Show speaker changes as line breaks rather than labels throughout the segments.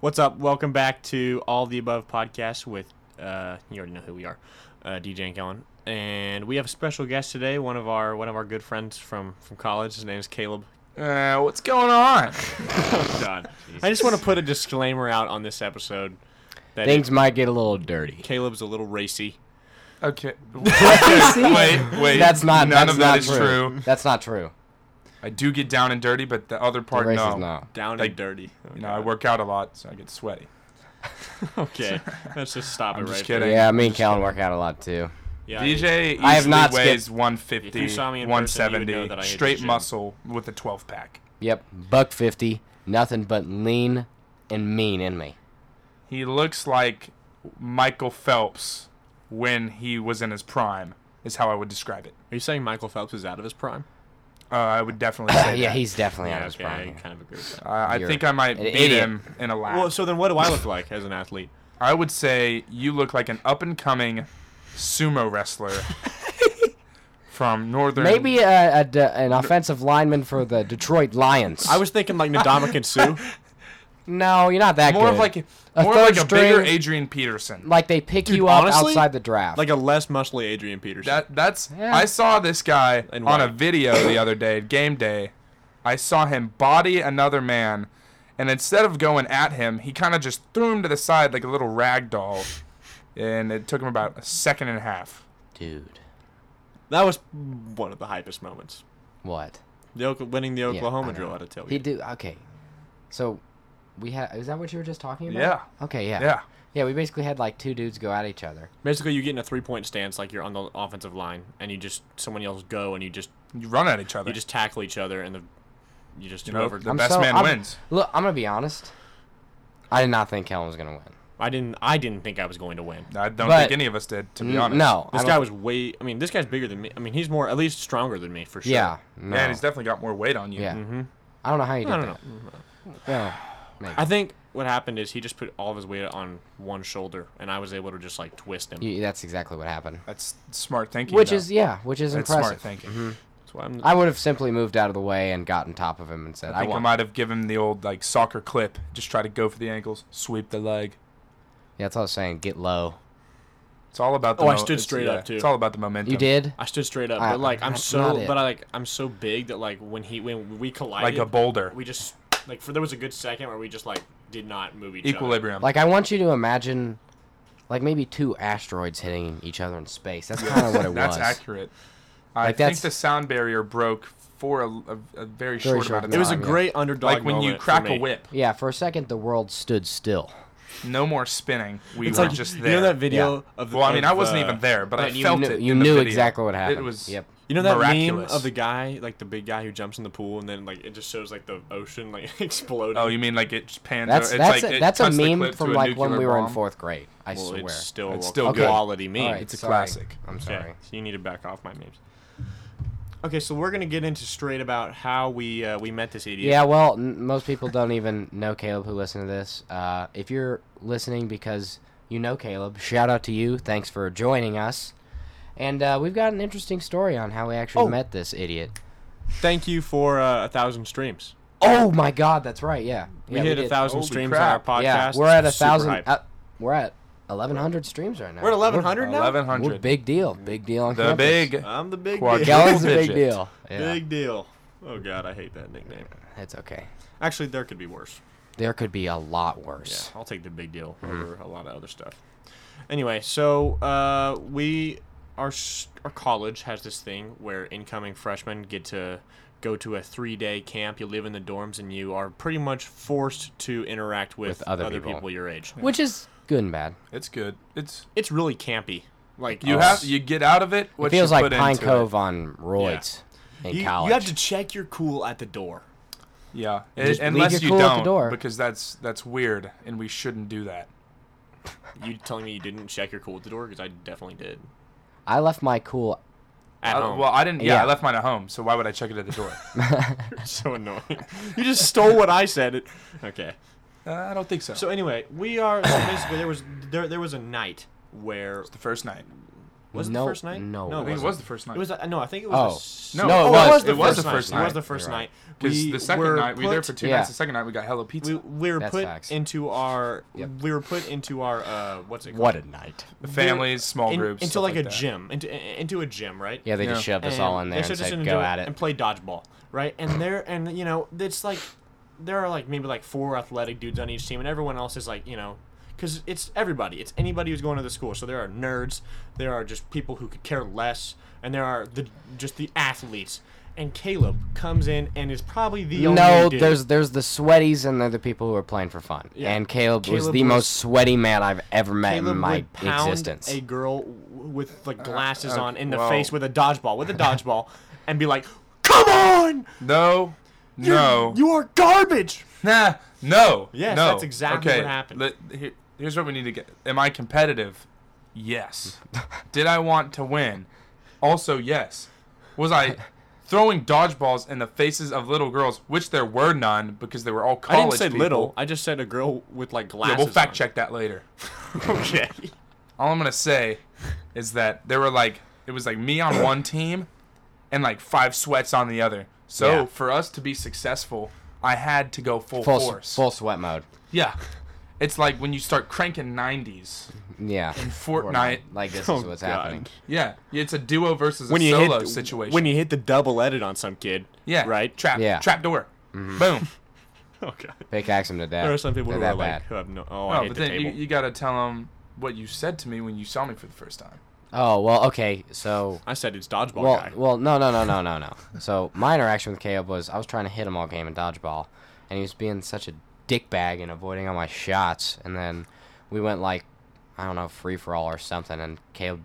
What's up? Welcome back to All the Above podcast with, uh, you already know who we are, uh, DJ and Kellen. And we have a special guest today, one of our one of our good friends from, from college. His name is Caleb.
Uh, what's going on?
John. I just want to put a disclaimer out on this episode that
Things might get a little dirty.
Caleb's a little racy.
Okay.
wait,
wait,
That's not.
none
that's
of
not
that is
true.
true.
That's not true.
I do get down and dirty, but the other
The
part,
race
no.
is not.
Down
Like,
and dirty. Oh,
You know, I
God.
work out a lot, so I get sweaty.
Okay, let's just stop
I'm
it
just
right
kidding.
Yeah, me and Callan work out a lot too.
there. Yeah,
DJ easily
I have not skipped-
weighs 150,
If you saw me in person, you would
170,
know that I hit the
straight
gym.
muscle with a 12 pack.
Yep, buck fifty. Nothing but lean and mean in me.
He looks like Michael Phelps when he was in his prime, is how I would describe it.
Are you saying Michael Phelps is out of his prime?
Uh, I would definitely say
yeah,
that.
he's definitely out of his
okay, I
prime.
kind of agree with that.
Uh, I
you're
think I might
an
beat
idiot.
him in a lap.
Well, so then what do I look like as an athlete?
I would say you look like an up and coming sumo wrestler from northern.
Maybe uh, a, a d an offensive lineman for the Detroit Lions.
I was thinking like Ndamukong Sue.
no, you're not that
more
good.
of like a,
A
more of like
third
a bigger
string-
Adrian Peterson.
Like they pick
Dude,
you up
honestly,
outside the draft.
like a less muscly Adrian Peterson.
That that's
Yeah.
I saw this guy
And
on a
white.
video the other day, at game day. I saw him body another man, and instead of going at him, he kind of just threw him to the side like a little rag doll, and it took him about a second and a half.
dude,
That was one of the hypest moments.
what?
The Oka- winning the Oklahoma
I
drill
know.
out of
Oh,
tailgate.
He do okay. So we had. Is that what you were just talking about?
Yeah,
Okay. Yeah.
yeah.
Yeah. We basically had like two dudes go at each other.
Basically, you get in a three-point stance, like you're on the offensive line, and you just someone yells "go," and you just
You run at each other.
you just tackle each other, and the you just
You know,
over.
the
I'm
best
so-
man
I'm-
wins.
Look, I'm gonna be honest. I did not think Kellen was gonna win.
I didn't I didn't think I was going to win.
I don't
But-
think any of us did, to be
N-
honest.
No,
This
I
guy
don't-
was way. I mean, this guy's bigger than me. I mean, he's more at least stronger than me for sure.
Yeah, no.
Man, he's definitely got more weight on you. Mm.
yeah. I don't know how you did
I don't
that.
know.
Yeah. Maybe.
I think what happened is he just put all of his weight on one shoulder, and I was able to just like twist him.
You- that's exactly what happened.
That's smart thinking.
Which
though.
is yeah, which is
that's smart
impressive.
thinking.
That's why I'm.
I would have simply moved out of the way and gotten top of him and
I
said, "I,
think I,
won."
might have given him the old like soccer clip. Just try to go for the ankles, sweep the leg.
Yeah, that's what I was saying. Get low.
It's all about. The
Oh, I
mo-
stood
it's-
straight
yeah,
up, too.
It's all about the momentum.
You did.
I stood straight up,
I-
but like I'm
that's
so,
not it.
but I like I'm so big that like when he when we
like
collided,
a boulder.
we just like for there was a good second where we just like did not move each other.
Equilibrium.
Like I want you to imagine, like maybe two asteroids hitting each other in space. That's kind of what it
that's
was.
accurate. I think
Like, that's-
the sound barrier broke for a, a, a very, short,
short
amount
It
of
amount.
time.
was a
yeah.
great underdog.
like when you
moment for
crack a
me.
whip.
Yeah, for a second the world stood still.
No more spinning. We
It's
were
like
just
You
there.
know that video of the.
well, I mean,
of,
I wasn't
uh,
even there, but I
you
felt
knew,
it.
you
in the
knew
video.
exactly what happened.
It was.
Yep.
You know that
Miraculous.
meme of the guy, like the big guy who jumps in the pool, and then like it just shows like the ocean like exploding.
Oh, you mean like it just pans?
That's
over- it's
that's
like
a,
it
that's a
cuts the
meme
clip to
from
a
like when
nuclear
we were in
bomb?
fourth grade. I
well,
swear.
it's still
It's
a
still
good.
quality meme.
Alright,
It's a
sorry.
classic.
I'm
Okay,
sorry.
so you need to back off my memes. Okay, so we're gonna get into straight about how we uh, we met this idiot.
Yeah, well, n- most people don't even know Caleb who listen to this. Uh, if you're listening because you know Caleb, shout out to you. Thanks for joining us. And uh, we've got an interesting story on how we actually
Oh.
met this idiot.
Thank you for uh, a thousand streams.
Oh my God, that's right. Yeah,
We
yeah,
hit a
did.
thousand
Holy
streams
crap.
on our podcast.
Yeah, we're at a
Super
thousand.
hype.
Uh, we're at eleven hundred streams right now.
We're at 1100 now.
Eleven
We're, we're
hundred.
big deal. Big deal on
The
campus.
big.
I'm the big
Quad-
deal.
Kellen's a big
digit.
deal. Yeah,
Big deal. Oh god, I hate that nickname.
it's okay.
Actually, there could be worse.
There could be a lot
Yeah,
worse.
I'll take the big deal over a lot of other stuff. Anyway, so uh, we our s- our college has this thing where incoming freshmen get to go to a three day camp. You live in the dorms, and you are pretty much forced to interact with,
With other people.
your age.
Which is good and bad.
It's good. It's
It's really campy. Like
you
it's-
have you get out of it. What
It feels
you
like
put
Pine
into
Cove on roids in
you,
college.
you have to check your cool at the door.
It. Yeah,
Just
it,
leave
unless
your
you
cool at the
don't,
door.
because that's that's weird, and we shouldn't do that.
You telling me you didn't check your cool at the door? Because I definitely did.
I left my cool.
At
I-
home.
Uh, well, I didn't. Yeah,
Yeah.
I left mine at home, so why would I check it at the door?
so annoying. You just stole what I said. It. Okay.
uh, I don't think so.
So anyway, we are so basically there was there there was a night where
the first night.
Was it
No,
the first night?
no,
no,
I think it
wasn't.
was the first night.
It was. uh, No, I think it
Oh.
was. the s-
No, No, it
oh,
was-
the
it was
first
the first
It was the
night.
first
You're right.
night.
Because
We
the second
were
night we were there
put-
for two
Yeah.
nights. The second night we got hella pizza.
We, we were
That's
put
facts.
into our.
Yep.
We were put into our. Uh, what's it called?
What a night.
the families, small
In-
groups,
into
stuff
like, a
that.
gym, into into a gym, right?
Yeah, they
Yeah.
just shoved us all in there
they
and
should just
said,
into
"Go at it."
and play dodgeball, right? And there, and you know, it's like there are like maybe like four athletic dudes on each team, and everyone else is like you know, because it's everybody, it's anybody who's going to the school. So there are nerds, there are just people who could care less, and there are the just the athletes. And Caleb comes in and is probably the only
No,
dude.
there's there's the sweaties and they're the people who are playing for fun.
Yeah.
And Caleb, was
Caleb
the
was-
most sweaty man I've ever met
Caleb
in my
would pound
existence.
a girl w- with like glasses
uh,
on in the
well.
face with a dodgeball, with a dodgeball, and be like, "Come on,
No,
You're-
no,
you are garbage."
nah, no.
Yes,
no.
that's exactly
okay.
what happened.
let- here- here's what we need to get. Am I competitive? Yes. Did I want to win? Also, yes. Was I throwing dodgeballs in the faces of little girls, which there were none because they were all
I
college
didn't say
people.
little. I just said a girl with like
Yeah,
glasses.
we'll fact
on.
check that later.
okay.
all I'm gonna say is that there were like it was like me on one team and like five sweats on the other. So
Yeah.
for us to be successful, I had to go full,
full s-
force.
full sweat mode.
Yeah. It's like when you start cranking 90s
Yeah.
in
Or
Fortnite.
not. Like
Oh
this is what's happening.
Yeah, it's a duo versus a
When you
solo
hit
situation.
when you hit the double edit on some kid.
yeah,
Right. Mm-hmm.
Trap.
Yeah.
Trap door. Boom.
Oh god.
Pickaxe him to death.
There are some people
They're
who are
that
like
bad.
who have no. Oh, I
Oh,
hate
but
the
then you,
table.
you gotta tell them what you said to me when you saw me for the first time.
Oh well, okay. So
I said it's dodgeball
well,
guy.
well, no, no, no, no, no, no. So my interaction with Caleb was I was trying to hit him all game in dodgeball, and he was being such a dickbag and avoiding all my shots. And then we went like, I don't know, free for all or something, and Caleb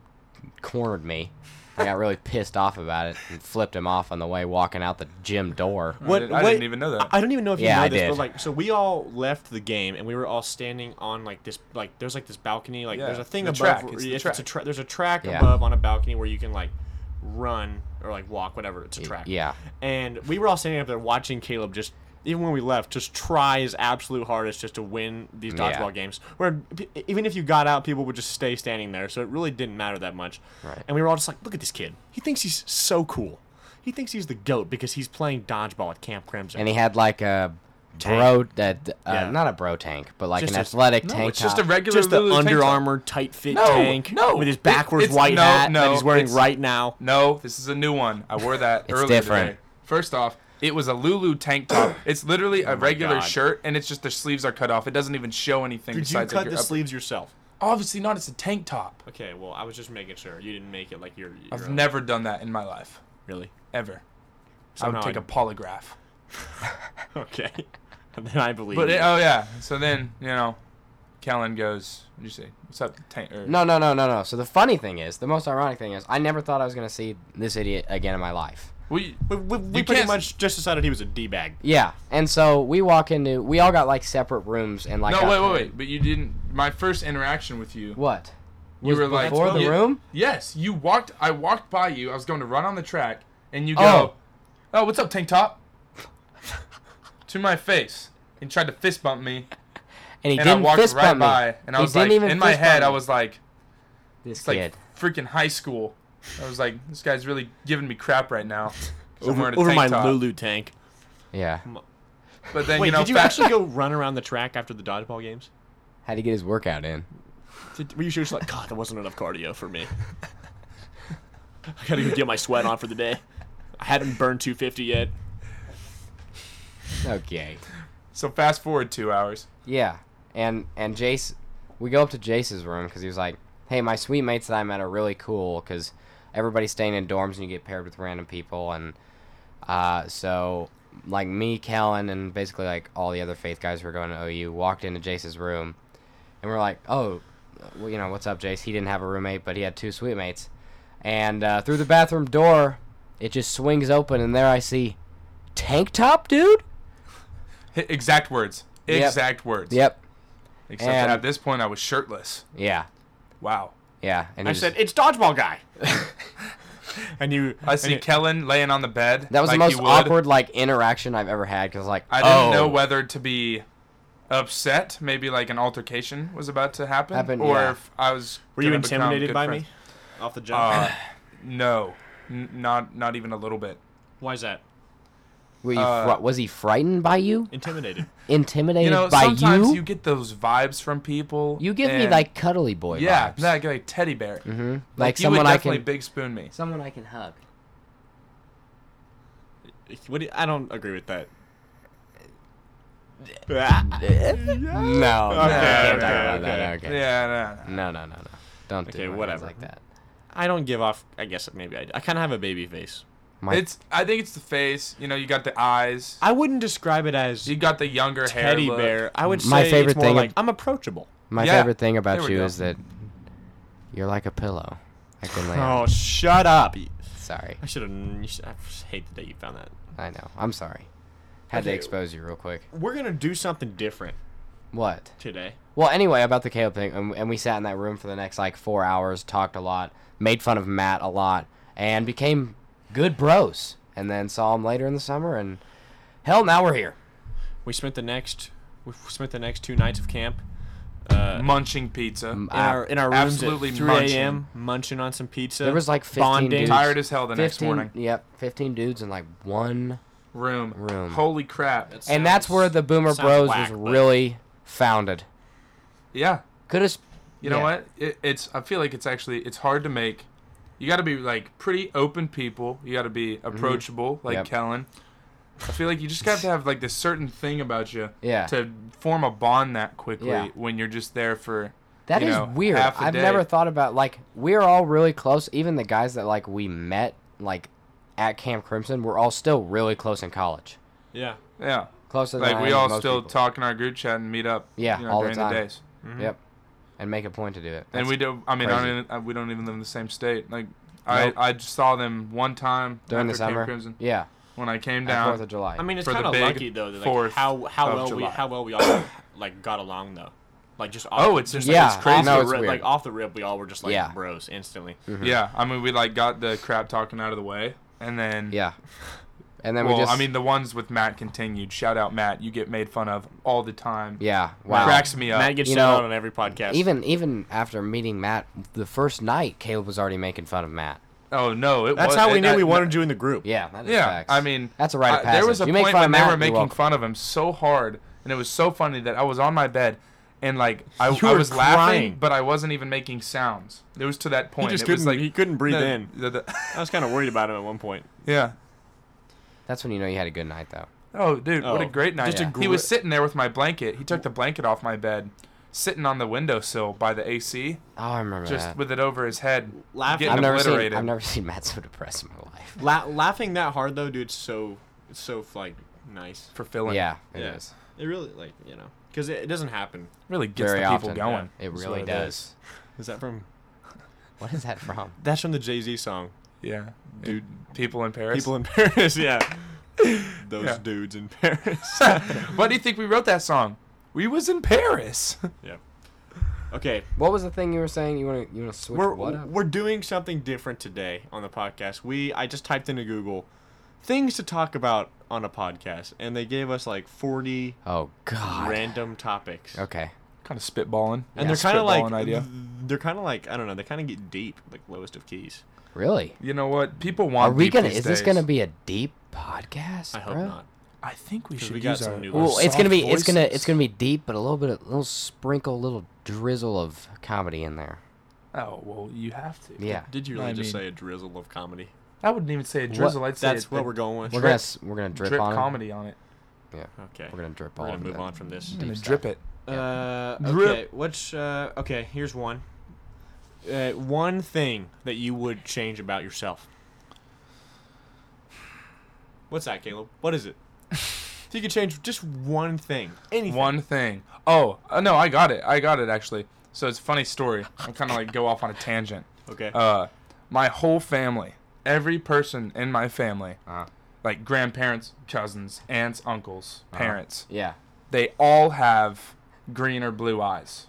cornered me. I got really pissed off about it and flipped him off on the way walking out the gym door.
What-
did- I
what-
didn't even know that.
I, I don't even know if you
Yeah,
know
I
this,
did.
but like, so we all left the game and we were all standing on like this, like there's like this balcony, like
Yeah,
there's a thing
the
above.
track,
where-
it's the
if a
track.
tra- there's a track
Yeah.
above on a balcony where you can like run or like walk, whatever. It's a track.
Yeah.
And we were all standing up there watching Caleb just. Even when we left, just try his absolute hardest just to win these
Yeah.
dodgeball games. Where p- even if you got out, people would just stay standing there, so it really didn't matter that much.
Right.
And we were all just like, "Look at this kid! He thinks he's so cool. He thinks he's the goat because he's playing dodgeball at Camp Crimson."
And he had like a bro, that uh,
Yeah.
not a bro tank, but like
Just
an
a-
athletic
no,
tank
it's just a
top.
regular
just the
Lulu tank
Under
top.
Armour tight fit
No,
tank
no,
with his
it-
backwards
it's-
white
no,
hat that
no,
he's wearing
it's-
right now.
No, this is a new one. I wore that
It's
earlier
different.
today. First off, it was a Lulu tank top. It's literally a regular
Oh God.
shirt, and it's just their sleeves are cut off. It doesn't even show anything
Did you
besides like
cut
your
the
upper-
sleeves yourself?
Obviously not. It's a tank top.
Okay, well, I was just making sure you didn't make it like you're. uh,
I've never done that in my life,
really.
ever.
Somehow
I would take
I-
a polygraph.
Okay, and then I believe.
But
you.
it, oh yeah, so then you know, Kellen goes. What you say? What's up, tank? Or,
No, no, no, no, no. So the funny thing is, the most ironic thing is, I never thought I was gonna see this idiot again in my life.
We,
we, we, we
You
pretty
can't-
much just decided he was a d bag.
Yeah, and so we walk into, we all got like separate rooms and like.
no,
a-
wait, wait, wait. But you didn't. My first interaction with you.
What?
You were like
before the
you-
room?
Yes, you walked. I walked by you. I was going to run on the track, and you
Oh.
go, "Oh, what's up, tank top?" to my face, and tried to fist bump me,
And he
and I
didn't
walked
fist
right
bump me.
by, and I
He
was
didn't
like,
even
in my
fist
head,
bump
I
me.
was like,
This
it's like
kid.
freaking high school. I was like, this guy's really giving me crap right now. 'cause I'm
Over,
wearing a
over
tank
my
top.
Lulu tank.
Yeah.
But then
Wait,
you know,
did you
fa-
actually go run around the track after the dodgeball games?
Had to get his workout in.
Did, were you sure just like, God, that wasn't enough cardio for me? I gotta go get my sweat on for the day. I hadn't burned 250 yet.
Okay.
so fast forward two hours.
Yeah, and and Jace, we go up to Jace's room because he was like, "Hey, my sweet mates that I met are really cool because everybody's staying in dorms and you get paired with random people, and uh, so like me, Kellen, and basically like all the other faith guys who were going to OU walked into Jace's room, and we're like, oh, well, you know what's up, Jace? He didn't have a roommate, but he had two sweet mates, and uh, through the bathroom door, it just swings open, and there I see tank top dude.
Hi- exact words.
Yep.
Exact words.
Yep.
Except
And-
at this point, I was shirtless.
Yeah.
Wow.
Yeah. And he
I
just-
said, "It's dodgeball guy." and you,
I see
and you-
Kellen laying on the bed.
That was
like
the
he
most
would.
awkward like interaction I've ever had because like
I didn't
oh,
know whether to be upset, maybe like an altercation was about to happen,
Happen,
or
yeah.
if I was.
Were you
gonna become
intimidated
good
by
friends.
me? off the jump?
Uh, no, N- not not even a little bit.
Why is that?
Were you
uh,
fri- was he frightened by you?
Intimidated.
Intimidated
You know,
by
sometimes
you?
you?
you?
get those vibes from people.
give me
and-
like cuddly boy
yeah,
vibes.
like, like teddy bear.
hmm Like,
Like, you
someone
would
I
definitely
can
big spoon me.
someone I can hug.
What do you- I don't agree with that. Ah.
No, no, we can't talk
okay,
about that.
okay.
Okay.
Yeah, no, no.
No, no, no, no. Don't do
Okay,
my hands
whatever.
like that.
I don't give off. I guess maybe I. do. I kind of have a baby face.
My
It's. I think it's the face. You know, you got the eyes.
I wouldn't describe it as
You got the younger hair.
teddy
look.
bear. I would say
My favorite
it's more
thing-
like I'm approachable.
my
yeah,
favorite thing
there
about
we
you
go.
is that you're like a pillow. I can lay
Oh,
on.
shut up!
Sorry.
I should have. I hate the day you found that.
I know. I'm sorry. Had to
Okay.
expose you real quick.
We're gonna do something different
What?
today.
Well, anyway, about the Caleb thing, and, and we sat in that room for the next like four hours, talked a lot, made fun of Matt a lot, and became good bros. And then saw him later in the summer, and hell, now we're here.
We spent the next. We spent the next two nights of camp. Uh,
munching pizza.
in our in our rooms
absolutely
at 3 a.m. munching on some pizza.
There was like 15
bonding.
dudes.
Tired as hell the next
15
morning.
Yep, fifteen dudes in like one
Room.
Room.
Holy crap.
That
and that's
sounds-
where the Boomer
sounds
Bros
whack,
was
but-
really founded.
yeah.
Could have.
You know what? It, it's. I feel like it's actually. It's hard to make. You got to be like pretty open people. You got to be approachable, like
Mm-hmm. Yep.
Kellen. I feel like you just got to have like this certain thing about you
Yeah.
to form a bond that quickly
Yeah.
when you're just there for.
That
you
is
know,
weird.
half a
I've
day.
never thought about like we're all really close. Even the guys that like we met like at Camp Crimson, we're all still really close in college.
Yeah.
Yeah.
Closer than
Like
I
we
am to
all
most
still
people.
talk in our group chat and meet up.
Yeah,
you know,
all the
during
time.
the days.
Yep, and make a point to do it.
and we do. I mean, I
crazy.
don't even, uh, we don't even live in the same state. Like,
Nope.
I I just saw them one time
during the
after Camp
summer.
Crimson
Yeah,
when I came
on Fourth
down.
of July.
I mean, it's
For the
kind of
big
lucky though. that, Like
Fourth
how how
of
well we
July.
how well we all like got along though. Like just off,
Oh, it's
just
just-
like,
it's
off
crazy.
No,
the
it's
rip-
weird.
like off the rip, we all were just like
Yeah. Mm-hmm.
bros instantly.
Yeah, I mean, we like got the crap talking out of the way, and then
yeah, and then
Well,
we just.
I mean, the ones with Matt continued. Shout out Matt. You get made fun of all the time.
yeah. Wow.
Cracks me up.
Matt gets
You
shout out
know,
on every podcast.
Even even after meeting Matt the first night, Caleb was already making fun of Matt.
oh no, it
that's
was,
how we
it-
knew
that-
we wanted you in the group.
Yeah, that is
Yeah,
facts.
I mean,
That's a rite of
I- There was
passage.
a
You make
point
fun
when
of
they
Matt,
were
you're
making
welcome.
fun of him so hard, and it was so funny that I was on my bed, and like I,
You
I
were
was
crying.
laughing, but I wasn't even making sounds. It was to that point.
just
it was
couldn't-
like,
he couldn't breathe
the-
in.
the- the-
I was kind of worried about him at one point.
yeah.
That's when you know you had a good night though.
Oh, dude, what
Oh,
a great night.
just a
he
gr-
was sitting there with my blanket. He took the blanket off my bed, sitting on the windowsill by the AC,
Oh, I remember
just
that.
with it over his head.
Laughing,
Getting
I've never seen
obliterated.
I've never seen Matt so depressed in my life.
La- laughing that hard though, dude. It's so it's so like nice.
Fulfilling.
yeah, it is
Yeah. It really like you know because it, it doesn't happen.
Really gets
very
the people
often.
going.
It
That's
really
what it
does.
Is that from?
What is that from?
That's from the Jay Z song.
Yeah. Dude, people in Paris.
People in Paris, yeah. Those
Yeah.
dudes in Paris.
Why do you think we wrote that song? We was in Paris.
yeah. Okay,
What was the thing you were saying? You want to you want to switch
we're
what up?
we're doing something different today on the podcast. We I just typed into Google things to talk about on a podcast, and they gave us like forty
Oh God.
random topics.
Okay.
kind of spitballing.
And they're kind of like
Spitballing idea.
they're kind of like I don't know. They kind of get deep, like lowest of keys.
Really?
You know what? People want.
Are we
deep
gonna?
these
Is this
days.
gonna be a deep podcast?
I hope
bro?
not.
I think we
'Cause
should
we got
use
some
our.
new
our
Well, it's
soft
gonna be it's gonna
voices.
it's gonna be deep, but a little bit of, a little sprinkle, a little drizzle of comedy in there.
Oh well, you have to.
Yeah.
Did you really
I
just
mean-
say a drizzle of comedy?
I wouldn't even say a drizzle. I'd say
That's
it's
what
the
we're going with.
We're gonna s- we're gonna drip,
drip
on it.
comedy on it.
Yeah.
okay.
We're gonna drip
We're
all
gonna
of
move
it.
on from this.
I'm gonna
stuff.
drip it.
Uh,
Drip.
okay. What's uh, okay? Here's one. Uh, one thing that you would change about yourself. What's that, Caleb? What is it? if you could change just one thing, anything.
One thing. Oh uh, no, I got it. I got it actually. So it's a funny story. I kind of like go off on a tangent.
Okay.
Oh.
Uh, my whole family, every person in my family,
Uh-huh.
like grandparents, cousins, aunts, uncles,
Uh-huh.
parents,
Yeah.
they all have green or blue eyes.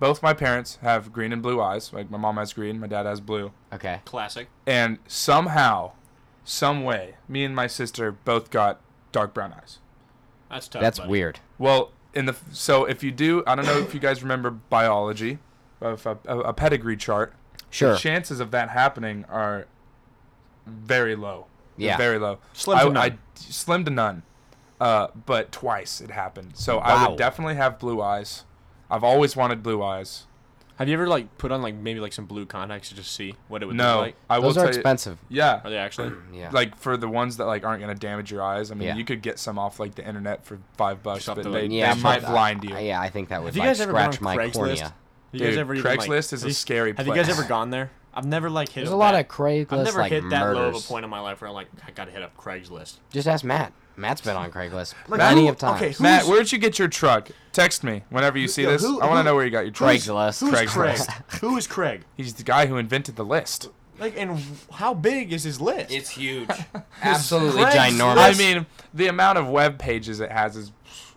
Both my parents have green and blue eyes. Like my mom has green, my dad has blue.
Okay.
Classic.
And somehow, some way, me and my sister both got dark brown eyes.
That's tough.
That's
buddy.
weird.
Well, in the so if you do, I don't know if you guys remember biology, of a, a, a pedigree chart.
Sure.
the chances of that happening are very low. They're
Yeah.
very low.
Slim
I,
to none.
I- slim to none. Uh, but twice it happened. So I
Wow.
would definitely have blue eyes. I've always wanted blue eyes.
Have you ever like put on like maybe like some blue contacts to just see what it would
No,
look like?
I will
Those are
tell
expensive.
you. Yeah,
Are they actually?
Mm, Yeah.
like for the ones that like aren't gonna damage your eyes. I mean,
Yeah.
you could get some off like the internet for five bucks,
Something
but they,
like-
they
but
might
I-
blind you.
I- yeah, I think that would
Have you
like,
guys ever been on
scratch my
Craigslist?
corner.
You
Dude,
even,
Craigslist is a
have you-
scary
Have you guys
place.
ever gone there? I've never like hit.
There's
up
a lot
that-
of Craigslist
I've never
like
hit that
murders.
low of a point in my life where I'm like, I gotta hit up Craigslist.
Just ask Matt. Matt's been on Craigslist
Like,
plenty
who-
of times.
okay, who-
Matt,
Who's-
where'd you get your truck? Text me whenever you see
Yo,
this.
who-
I want to
who-
know where you got your truck.
who's-
Craigslist.
Who's Craig?
Craigslist.
Who is Craig?
He's the guy who invented the list.
Like, and how big is his list?
It's huge. Absolutely
Craigslist.
ginormous.
I mean, the amount of web pages it has is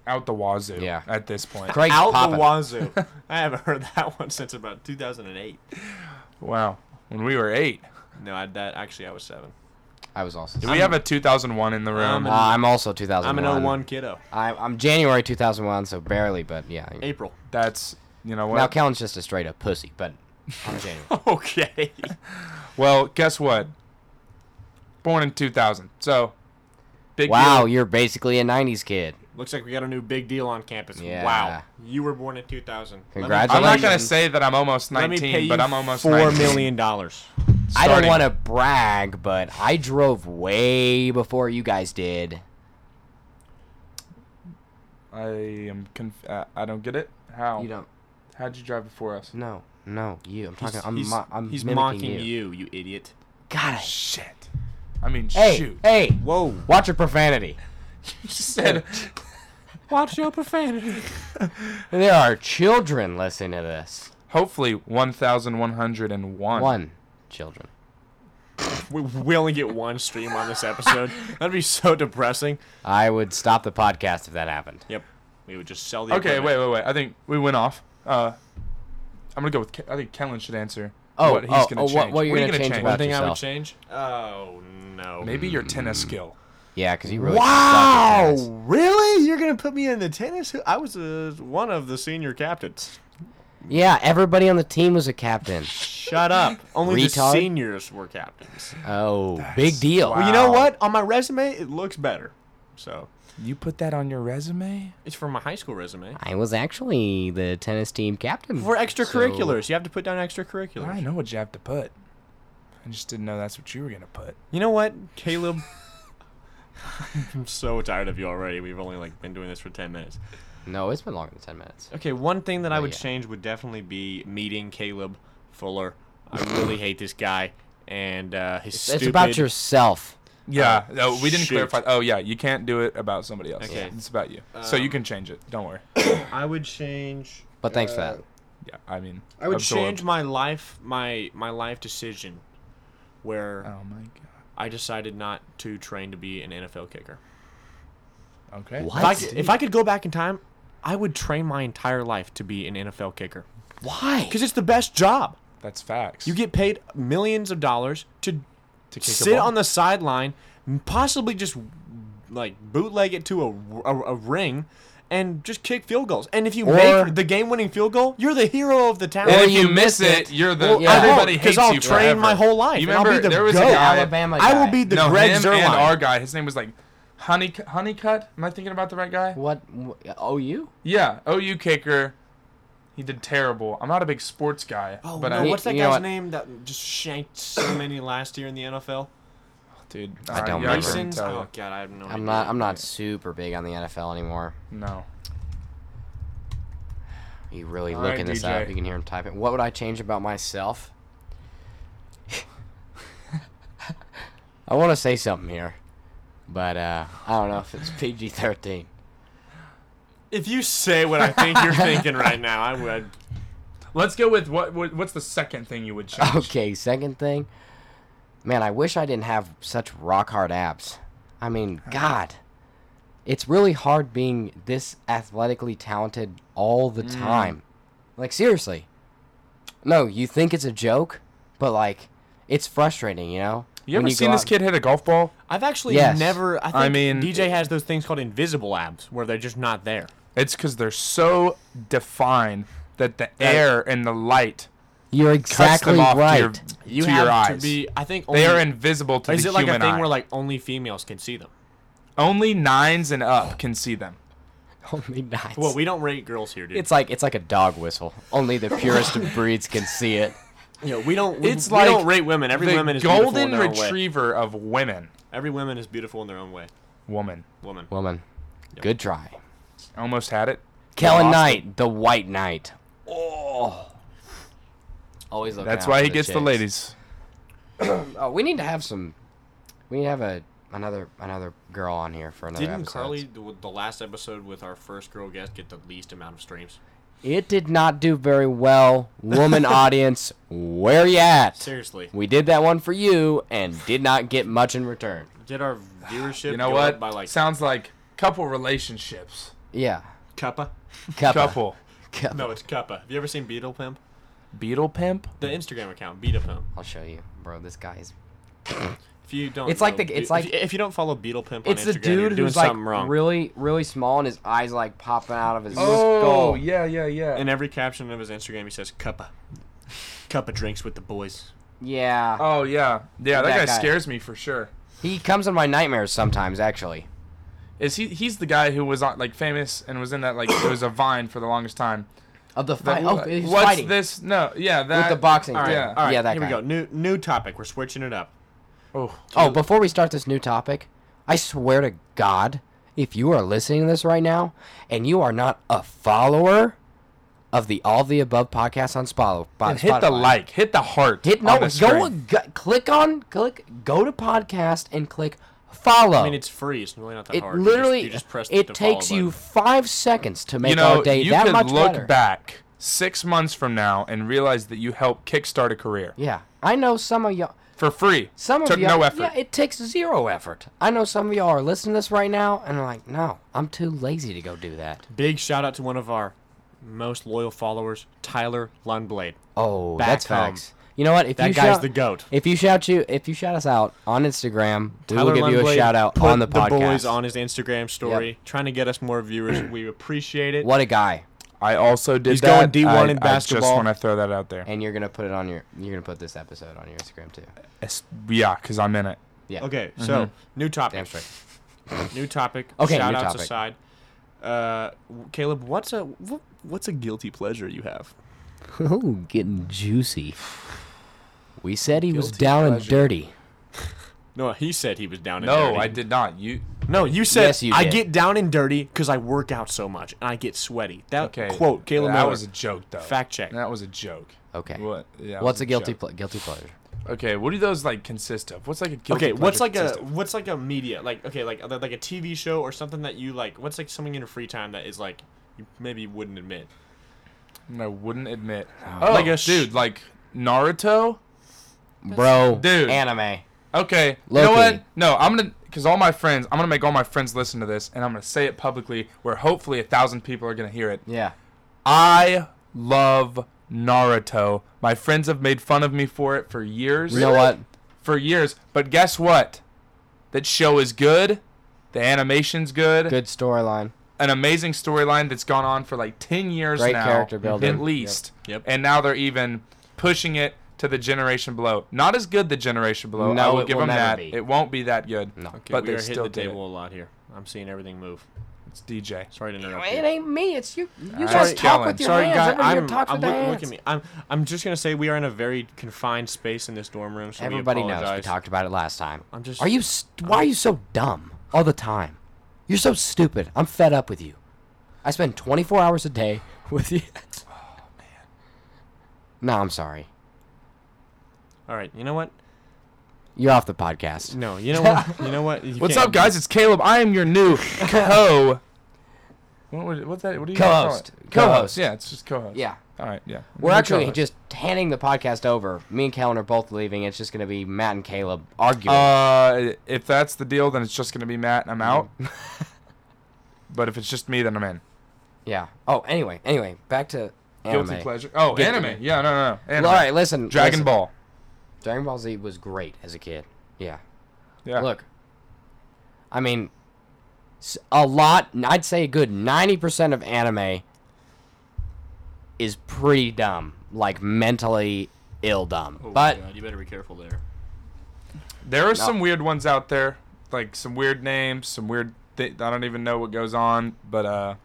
out the wazoo.
Yeah.
At this point.
Craig
out
poppin'.
the wazoo. I haven't heard that one since about 2008.
Wow. When we were eight.
No, I, that actually I was seven.
I was also.
Do we have a 2001 in the
I'm
room?
Uh, I'm also 2001.
I'm oh an 01 kiddo.
I'm, I'm January 2001, so barely, but yeah.
April.
That's you know
Now
what.
Kellen's just a straight up pussy, but I'm January.
Okay.
well, guess what? Born in 2000. So. Big
wow,
deal.
you're basically a 90s kid.
Looks like we got a new big deal on campus.
Yeah.
Wow. You were born in 2000. Let me-
Congratulations.
I'm not
Let
gonna
me-
say that I'm almost
Let me pay
19,
you
but I'm almost
four
19.
million dollars.
I don't
Starting-
want to brag, but I drove way before you guys did.
I am conf- uh, I don't get it. How?
You don't.
How'd you drive before us?
No, no, you. I'm talking.
He's,
I'm.
he's-
mo- I'm
he's
mimicking
mocking
you.
you, you idiot.
God, I-
Shit. I mean,
hey,
shoot.
hey,
Whoa.
watch your profanity.
You said
Watch your profanity.
There are children listening to this.
hopefully 1,101.
One children.
we, we only get one stream on this episode. That'd be so depressing.
I would stop the podcast if that happened.
Yep. We would just sell the.
Okay,
equipment.
wait, wait, wait. I think we went off. Uh, I'm gonna go with. Ke- I think Kellen should answer.
Oh,
what he's
oh,
gonna
oh, what-
change.
what you're
are you
gonna change
One
about-
thing I would
yourself.
change. Oh no.
Maybe your tennis skill.
Yeah, because you really.
Wow!
suck at tennis.
Really? You're gonna put me in the tennis? Who- I was uh, one of the senior captains.
Yeah, everybody on the team was a captain.
Shut up! Only the
Retard.
seniors were captains.
Oh, big deal.
Well, you know
Wow.
what? On my resume, it looks better. So
You put that on your resume?
it's from my high school resume.
I was actually the tennis team captain.
For
so-
extracurriculars, you have to put down extracurriculars.
I know what you have to put. I just didn't know that's what you were gonna put.
You know what, Caleb? I'm so tired of you already. We've only like been doing this for ten minutes.
No, it's been longer than ten minutes.
Okay, one thing that I would
yeah.
change would definitely be meeting Caleb Fuller. I really hate this guy and uh, his
It's
stupid.
about yourself.
Yeah.
Oh,
no, we didn't
shoot.
clarify. Oh, yeah. You can't do it about somebody else.
Okay. Um,
It's about you. so you can change it. Don't worry.
I would change.
But thanks for
uh,
that.
Yeah. I mean.
I would
absorb.
change my life, my my life decision, where
Oh my god.
I decided not to train to be an NFL kicker.
Okay.
If I,
What?
could, if I could go back in time, I would train my entire life to be an NFL kicker
Why?
because it's the best job.
That's facts.
You get paid millions of dollars to
to kick a
sit
ball.
on the sideline, possibly just like bootleg it to a, a, a ring, and just kick field goals. And if you
Or-
make the game-winning field goal, you're the hero of the town.
And
Or
if
you
you miss
miss
it,
it,
you're the
Well,
Yeah.
I won't,
everybody hates
I'll
you
train
forever.
my whole life.
You
and I'll
remember
be the
there was
goat.
a guy,
Alabama
I
guy.
will be the
no,
Greg
him
Zerline.
and our guy. His name was like Honey Honeycutt. Am I thinking about the right guy?
What? wh- Oh, you?
Yeah, OU kicker. He did terrible. I'm not a big sports guy,
Oh
but
no!
I,
what-
what's that
you know
guy's
what?
name that just shanked so many last year in the NFL?
dude,
I don't
yeah,
remember.
couldn't
Masons?
tell
Oh god, I have no idea.
I'm not. I'm not super big on the NFL anymore.
you. No,
You really
All right,
looking this
DJ.
up? You can hear him typing. What would I change about myself? I want to say something here, but uh, I don't know if it's PG-13.
If you say what I think you're thinking right now, I would.
let's go with what, what. What's the second thing you would change?
Okay. Second thing, man, I wish I didn't have such rock hard abs. I mean, God, it's really hard being this athletically talented all the
Mm.
time. Like seriously. No, you think it's a joke, but like, it's frustrating, you know.
You
When
ever
go
seen this
out-
kid hit a golf ball?
I've actually
Yes.
never. I, think
I mean-
DJ has those things called invisible abs, where they're just not there.
It's because they're so defined that the air and the light
You're exactly
off to
right.
your-
You
to
have
your
to
eyes.
be. I think only,
They are invisible to
Is
the
it like a
human
thing
eye.
where like only females can see them?
Only nines and up can see them.
Only nice.
Well, we don't rate girls here, dude.
it's like it's like a dog whistle. Only the purest of breeds can see it.
you know, we don't. We,
It's
we don't
like
rate women. Every
the
woman is beautiful in
golden
their own way.
retriever of women.
Every woman is beautiful in their own way.
Woman.
Woman.
Woman, good try.
Almost had it.
Kellen
Austin.
Knight, the White Knight. Oh, always look.
That's why he gets the ladies.
Oh, we need to have some. We need to have a another another girl on here for another
Didn't
episode.
Carly the, the last episode with our first girl guest get the least amount of streams?
It did not do very well. Woman audience, where you at?
Seriously,
We did that one for you and did not get much in return.
did our viewership
You know
go
what?
up by like
Sounds like couple relationships.
Yeah.
Cuppa?
Cuppa.
Couple.
Cuppa.
No, it's Cuppa. Have you ever seen Beetle Pimp?
Beetle pimp.
The Instagram account, Beetle Pimp.
I'll show you, bro. This guy is.
If you don't,
It's like
know-
the- it's
if-
like-
if you don't follow Beetle Pimp on
It's the
Instagram, you're
dude
doing
who's like
something wrong.
really, really small, and his eyes like popping out of his
Oh
skull.
yeah, yeah, yeah.
In every caption of his Instagram, he says "Cuppa, Cuppa drinks with the boys."
Yeah.
oh yeah, yeah. That,
That
guy,
guy.
scares me for sure.
He comes in my nightmares sometimes, actually.
Is he? He's the guy who was on like famous and was in that like it was a vine for the longest time.
Of the
That-
fight. Oh, he's
what's
fighting.
this? No, yeah, that
the boxing
All right,
thing.
yeah.
All right,
Yeah, that
here
guy.
we go. New new topic. We're switching it up.
Oh,
Oh, before we start this new topic, I swear to God, if you are listening to this right now and you are not a follower of the All of the Above podcast on Spolo- Spotify,
and hit the like, hit the heart.
Hit
on
no,
the
go,
screen.
go click on click go to podcast and click follow.
I mean, it's free. It's really not that
it
hard. You just-
literally
you just, press
it
the follow
takes you
button.
five seconds to make
You know,
our day
you
that
could
much
look
better.
back six months from now and realize that you helped kickstart a career
Yeah, I know some of y'all.
for free.
Some of
took
y'all,
no effort.
Yeah, it takes zero effort. I know some of y'all are listening to this right now and are like, "No, I'm too lazy to go do that."
Big shout out to one of our most loyal followers, Tyler Lundblade.
Oh,
Back
that's
home.
facts. You know what? If
That
you
guy's
shout,
the goat.
If you shout you, if you shout us out on Instagram, we will
Tyler
give you a
Lundblade
shout out
put
on the podcast.
boys on his Instagram story, trying to get us more viewers. we appreciate it.
What a guy!
I also did
He's
that.
going D1
I,
in
I
basketball.
just want to throw that out there.
And you're gonna put it on your, you're gonna put this episode on your Instagram too.
It's- Yeah, because I'm in it.
Yeah.
Okay, so new
Damn
topic.
straight.
New topic.
Okay,
shout
new
outs
topic.
aside. Uh, Caleb, what's a wh- what's a guilty pleasure you have?
Oh, getting juicy. We said he was
Guilty
down and
pleasure.
dirty.
No, he said he was down. And
No,
dirty.
I did not. You
No, you said
Yes, you
I
did."
get down and dirty because I work out so much and I get sweaty. That
okay?
quote, Caleb
That
Miller.
was a joke, though.
Fact check.
That was a joke.
Okay.
What? Yeah, that was
What's a guilty
joke.
pl- guilty pleasure?
Okay, what do those like consist of? What's like a guilty
okay, what's
pleasure
like a
consist of?
what's like a media like okay like like a TV show or something that you like? What's like something in your free time that is like you maybe wouldn't admit?
And I wouldn't admit. Oh,
Like a sh-
dude, like Naruto.
Bro,
Dude.
anime.
Okay, you know
Low-key.
what? No, I'm gonna because all my friends, I'm gonna make all my friends listen to this, and I'm gonna say it publicly, where hopefully a thousand people are gonna hear it.
Yeah.
I love Naruto. My friends have made fun of me for it for years.
You know what?
For years. But guess what? That show is good. The animation's good.
Good storyline.
An amazing storyline that's gone on for like 10 years
Great
now.
character building.
At least.
Yep.
And now they're even pushing it to the generation below. Not as good the generation below.
No,
I will
it
give
will
them
never
that.
be.
It won't be that good.
No.
Okay,
But
we
they
are hitting
still
the
did it.
table a lot here. I'm seeing everything move.
It's DJ.
Sorry to interrupt. you.
It ain't me. It's you. You
Alright,
guys talk
Kellen.
with your
Sorry,
hands.
guy.
Everybody
I'm,
talks
I'm
with their
look,
hands.
look at me. I'm I'm just gonna say we are in a very confined space in this dorm room. So
Everybody
we
knows. We
apologize.
talked about it last time.
I'm just-
Are you? St- why are you so dumb all the time? You're so stupid. I'm fed up with you. I spend 24 hours a day with you. oh man. No, I'm sorry.
All right, you know what?
You're off the podcast.
No, you know what? You know what? You
What's
can't-
up, guys? It's Caleb. I am your new co. What, was- what's that? What do you call
Co-host.
it?
Co-host.
Yeah, it's just co-host.
Yeah.
All right. Yeah.
We're
New
actually
co-host.
just handing the podcast over. Me and Kellen are both leaving. It's just gonna be Matt and Caleb arguing.
Uh, if that's the deal, then it's just gonna be Matt and I'm out. but if it's just me, then I'm in.
yeah. Oh, anyway, anyway, back to anime.
Guilty pleasure. Oh,
Guilty-
anime. Yeah. No. No. no. Anime.
All right, listen.
Dragon
listen.
Ball.
Dragon Ball Z was great as a kid. Yeah.
Yeah.
Look, I mean, s- a lot. I'd say a good ninety percent of anime is pretty dumb, like mentally ill dumb.
Oh,
but
God, you better be careful there.
There are some weird ones out there, like some weird names, some weird. Th- I don't even know what goes on, but uh,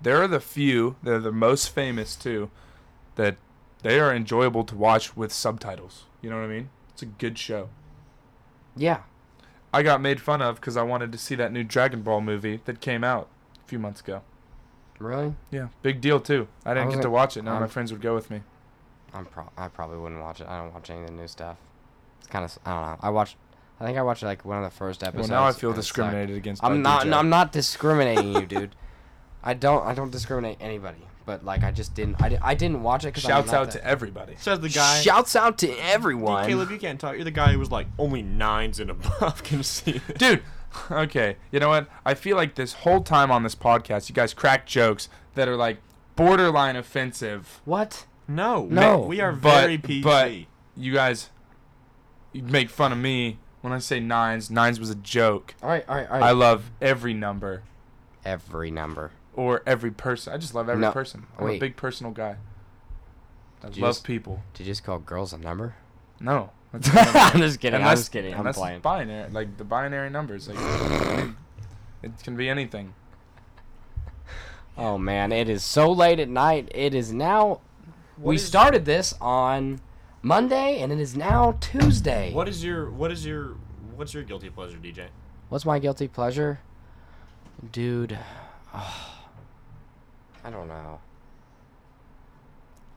there are the few. They're the most famous too. That they are enjoyable to watch with subtitles. You know what I mean? It's a good show.
yeah,
I got made fun of because I wanted to see that new Dragon Ball movie that came out a few months ago.
really,
Yeah, big deal too. I didn't get to
wasn't-
watch it. None of my
I'm-
friends would go with me.
I'm pro- I probably wouldn't watch it. I don't watch any of the new stuff. It's kind of I don't know. I watched. I think I watched like one of the first
Well,
episodes.
now I feel
and it sucked.
discriminated against. by
I'm not.
DJ.
I'm not discriminating you, dude. I don't. I don't discriminate anybody. But like, I just didn't. I, di- I didn't watch it. 'cause I'm
Shouts
not
out
that-
to everybody.
Says the guy.
Shouts out to everyone.
Caleb, you can't talk. You're the guy who was like only nines and above can see it.
dude okay you know what i feel like this whole time on this podcast you guys crack jokes that are like borderline offensive
What?
No,
No.
we are
But-
very PC.
but- you guys you make fun of me when i say nines nines was a joke
All right. All right. All right.
i love every number
Every number.
or every person i just love every
No,
person i'm a
wait.
big personal guy i
you
love
just-
people
Did you just call girls a number?
no that's
I'm just kidding.
Unless-
I'm just kidding. I'm
unless it's
playing.
binary like the binary numbers like it can be anything
Oh man, it is so late at night. It is now. we
is-
started this on Monday, and it is now Tuesday.
What is your what is your what's your guilty pleasure, DJ?
What's my guilty pleasure, dude? ah, I don't know.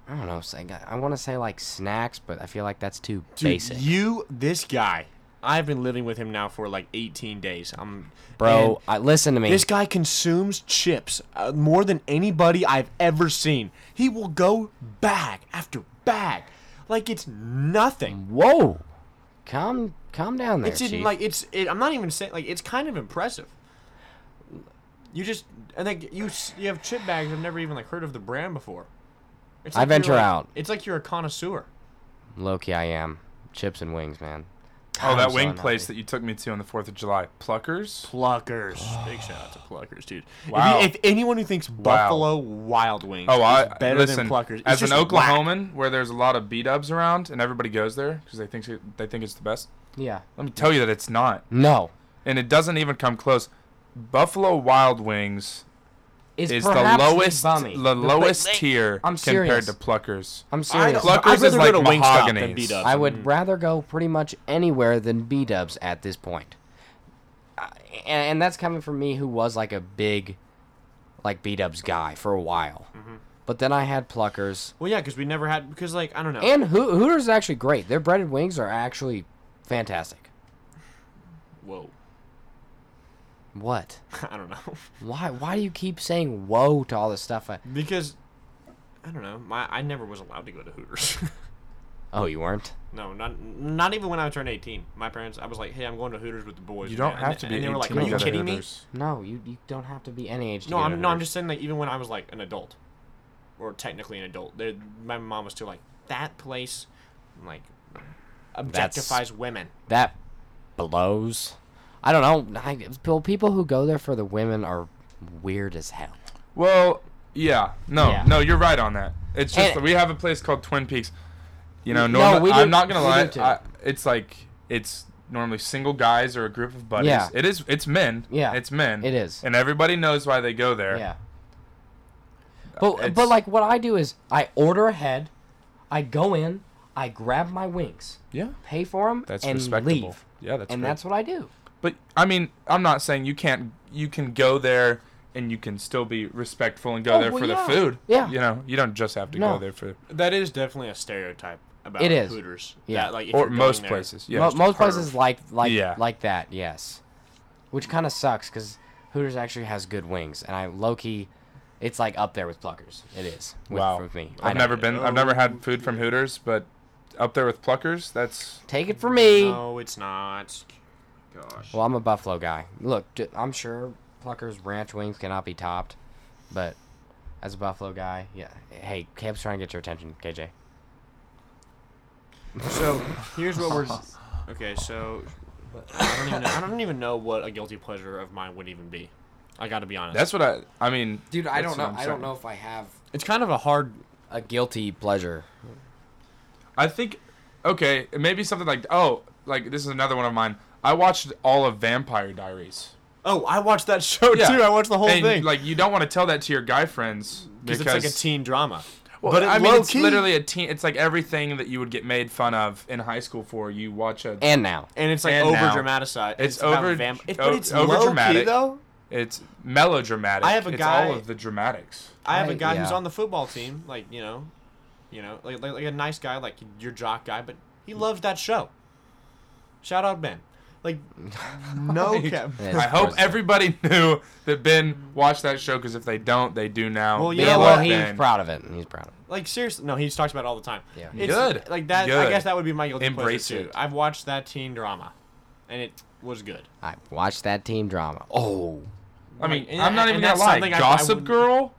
I don't know. Saying I want to say like snacks, but I feel like that's too basic.
you this guy. I've been living with him now for like 18 days. I'm
Bro, I, listen to me.
This guy consumes chips uh, more than anybody I've ever seen. He will go bag after bag, like it's
Mm,
nothing.
Whoa, calm, calm down there,
It's in,
Chief.
like it's. It, I'm not even saying like it's kind of impressive. You just and like you s- you have chip bags. I've never even like heard of the brand before. It's
I
like you're,
venture
like-
out.
It's like you're a connoisseur.
Loki, I am. Chips and wings, man.
Oh,
I'm
that
so
wing
unhappy.
place that you took me to on the Fourth of July, Pluckers.
Pluckers. Big shout out to Pluckers, dude. If you-
Wow.
If, anyone who thinks Buffalo Wild Wings
Oh,
is
I
better
listen.
than Pluckers, it's
as an
just whack.
Oklahoman, where there's a lot of beat ups around, and everybody goes there because they think it- they think it's the best.
Yeah.
Let me tell you that it's not,
No.
and it doesn't even come close. Buffalo Wild Wings
It's,
is the
perhaps
lowest,
bummy.
the lowest
like,
tier
I'm
compared
serious.
to Pluckers.
I'm
I
serious.
don't-
Pluckers
I'd rather
is like
go to Wingstop than
mahogany's.
beat up.
I would rather go pretty much anywhere than B Dubs at this point. Uh, and, and that's coming from me, who was like a big, like B Dubs guy for a while.
Mm-hmm.
But then I had Pluckers,
Well, yeah, because we never had because like I don't know.
and Ho- Hooters is actually great. Their breaded wings are actually fantastic.
Whoa,
What?
I don't know.
Why? Why do you keep saying whoa to all this stuff? I,
Because I don't know. My I never was allowed to go to Hooters.
oh, you weren't.
no, not not even when I turned 18. My parents, I was like, "Hey, I'm going to Hooters with the boys."
You don't
And-
have to be.
And they were like,
18
"Are
to
you
go to
kidding me?"
Hooters.
No, you you don't have to be any age. to
No,
go to
I'm no, I'm
Hooters.
just saying like even when I was like an adult, or technically an adult, there my mom was still like that place, like objectifies women.
that blows. I don't know. I, people- people who go there for the women are weird as hell.
Well, yeah, no,
Yeah.
no, you're right on that. It's just
And-
that we have a place called Twin Peaks. You know,
No,
normally
we do-
I'm not gonna
we
lie.
do too.
I, it's like it's normally single guys or a group of buddies.
Yeah.
It is. It's men.
Yeah,
It's men.
it is.
And everybody knows why they go there.
Yeah. But but
it's-
like what I do is I order ahead, I go in, I grab my wings,
Yeah.
pay for them,
That's
and
respectable.
leave.
Yeah, that's.
and
great.
that's what I do.
But I mean, I'm not saying you can't. You can go there and you can still be respectful and go
Oh,
there
well,
for
yeah.
the food.
Yeah.
You know, you don't just have to
No.
go there for.
That is definitely a stereotype about
It is.
Hooters.
Yeah.
that, like if
Or
you're going
most
there-
places. Yeah.
Mo-
just a
most
perv.
places like like
Yeah.
like that, yes. Which kind of sucks because Hooters actually has good wings, and I low key, it's like up there with Pluckers. It is with,
Wow.
with me. I
I've
know.
never been. I've never had food from
Okay.
Hooters, but up there with Pluckers, that's.
take it from me.
No, it's not. Gosh.
Well, I'm a Buffalo guy. Look, j- I'm sure Plucker's ranch wings cannot be topped, but as a Buffalo guy, yeah. Hey, Cam's trying to get your attention, KJ.
So here's what we're. Okay, so I don't even know, I don't even know what a guilty pleasure of mine would even be. I got to be honest.
That's what I. I mean.
Dude, I
That's
don't
what I'm
know. I don't
saying.
know if I have
it's kind of a hard.
a a guilty pleasure.
I think, okay, maybe something like oh, like this is another one of mine. I watched all of Vampire Diaries.
Oh, I watched that show
Yeah.
too. I watched the whole
and,
thing.
Like you don't want to tell that to your guy friends
because it's like a teen drama.
but I mean, it's
low-key-
literally a teen. It's like everything that you would get made fun of in high school for. You watch a.
And now.
and it's like
And
over
now-
dramatized.
It's
about
over-
vamp- it-
o-
but it's
over
low key
dramatic.
though.
It's melodramatic.
I have a
it's
guy-
all of the dramatics.
I have a
I-
guy who's
yeah.
on the football team, like you know, you know, like, like like a nice guy, like your jock guy, but he loves that show. Shout out Ben. Like no cap.
Yeah.
I
Of
hope
course.
everybody knew that Ben watched that show because if they don't, they do now.
Well, you
Yeah,
know
well,
what,
he's
Ben?
proud of it. and He's proud of it.
Like seriously, no, he talks about it all the time.
Yeah.
It's,
Good.
Like that. I
Good.
guess that would be my guilty
Embrace
pleasure too.
it.
I've watched that teen drama, and it was good.
I watched that team drama. Oh.
I mean,
and-
I'm not
and
even
that's
gonna lie.
something I- I
Gossip
wouldn't-
Girl.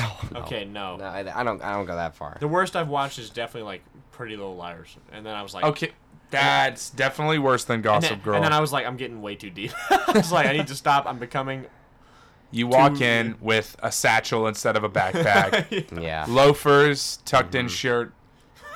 Oh, no.
Okay, no.
No, I, I don't. I don't go that far.
The worst I've watched is definitely like Pretty Little Liars, and then I was like,
Okay, that's definitely worse than
And then,
Gossip Girl.
and then I was like, I'm getting way too deep. I was like, I need to stop. I'm becoming.
you walk
Too-
in with a satchel instead of a backpack.
Yeah.
loafers, tucked in shirt,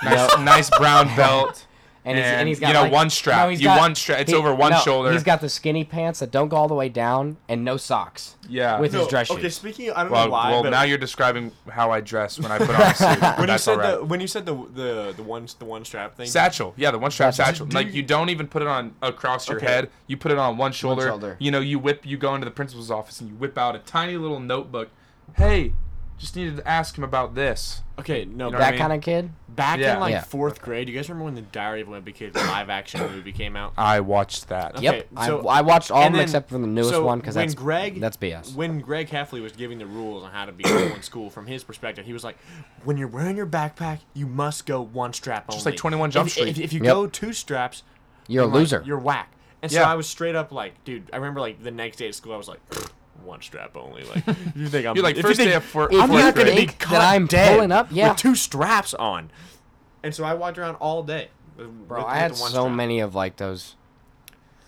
nice,
Yep.
nice brown belt,
And, he's, and he's got
you know
like-
one strap.
no, he's
you
got-
one strap. It's
he-
over one
no,
shoulder.
He's got the skinny pants that don't go all the way down and no socks.
yeah.
with his-
No,
dress
okay,
shoes.
speaking. Of, I don't
well,
know why.
well
but
now you're describing how I dress when I put on a suit.
when you
That's all
said
right.
the when you said the the the one the one strap thing.
satchel, yeah, the one strap
Satchel.
satchel. Like you don't even put it on uh, across your
Okay.
head. You put it on one shoulder.
shoulder.
You know, you whip. You go into the principal's office and you whip out a tiny little notebook. Hey, just needed to ask him about this.
okay, no,
know what I
back,
That
mean?
kind of kid.
back
Yeah.
in like
Yeah.
fourth grade. You guys remember when the Diary of a Wimpy Kid live action movie came out?
I watched that.
Okay,
Yep.
so-
I, I watched all of
and
them
then-
except for the newest
so
one because
when
that's
Greg
That's BS.
When Greg Heffley was giving the rules on how to be cool in school, from his perspective, he was like, "When you're wearing your backpack, you must go one strap only."
Just like 21 Jump
If-
Street.
If, if you
Yep.
go two straps,
You're a
like,
loser.
you're whack. And so
Yeah.
I was straight up like, dude. I remember like the next day at school, I was like, one strap only. Like, you think I'm
You're like
if you
first
think-
day of four,
if
fourth
I'm not gonna
grade.
be
think
caught
that I'm
dead
pulling up, yeah.
with two straps on. And so I walked around all day. with-
Bro,
with-
I
with
had
the one
so
strap.
many of like those.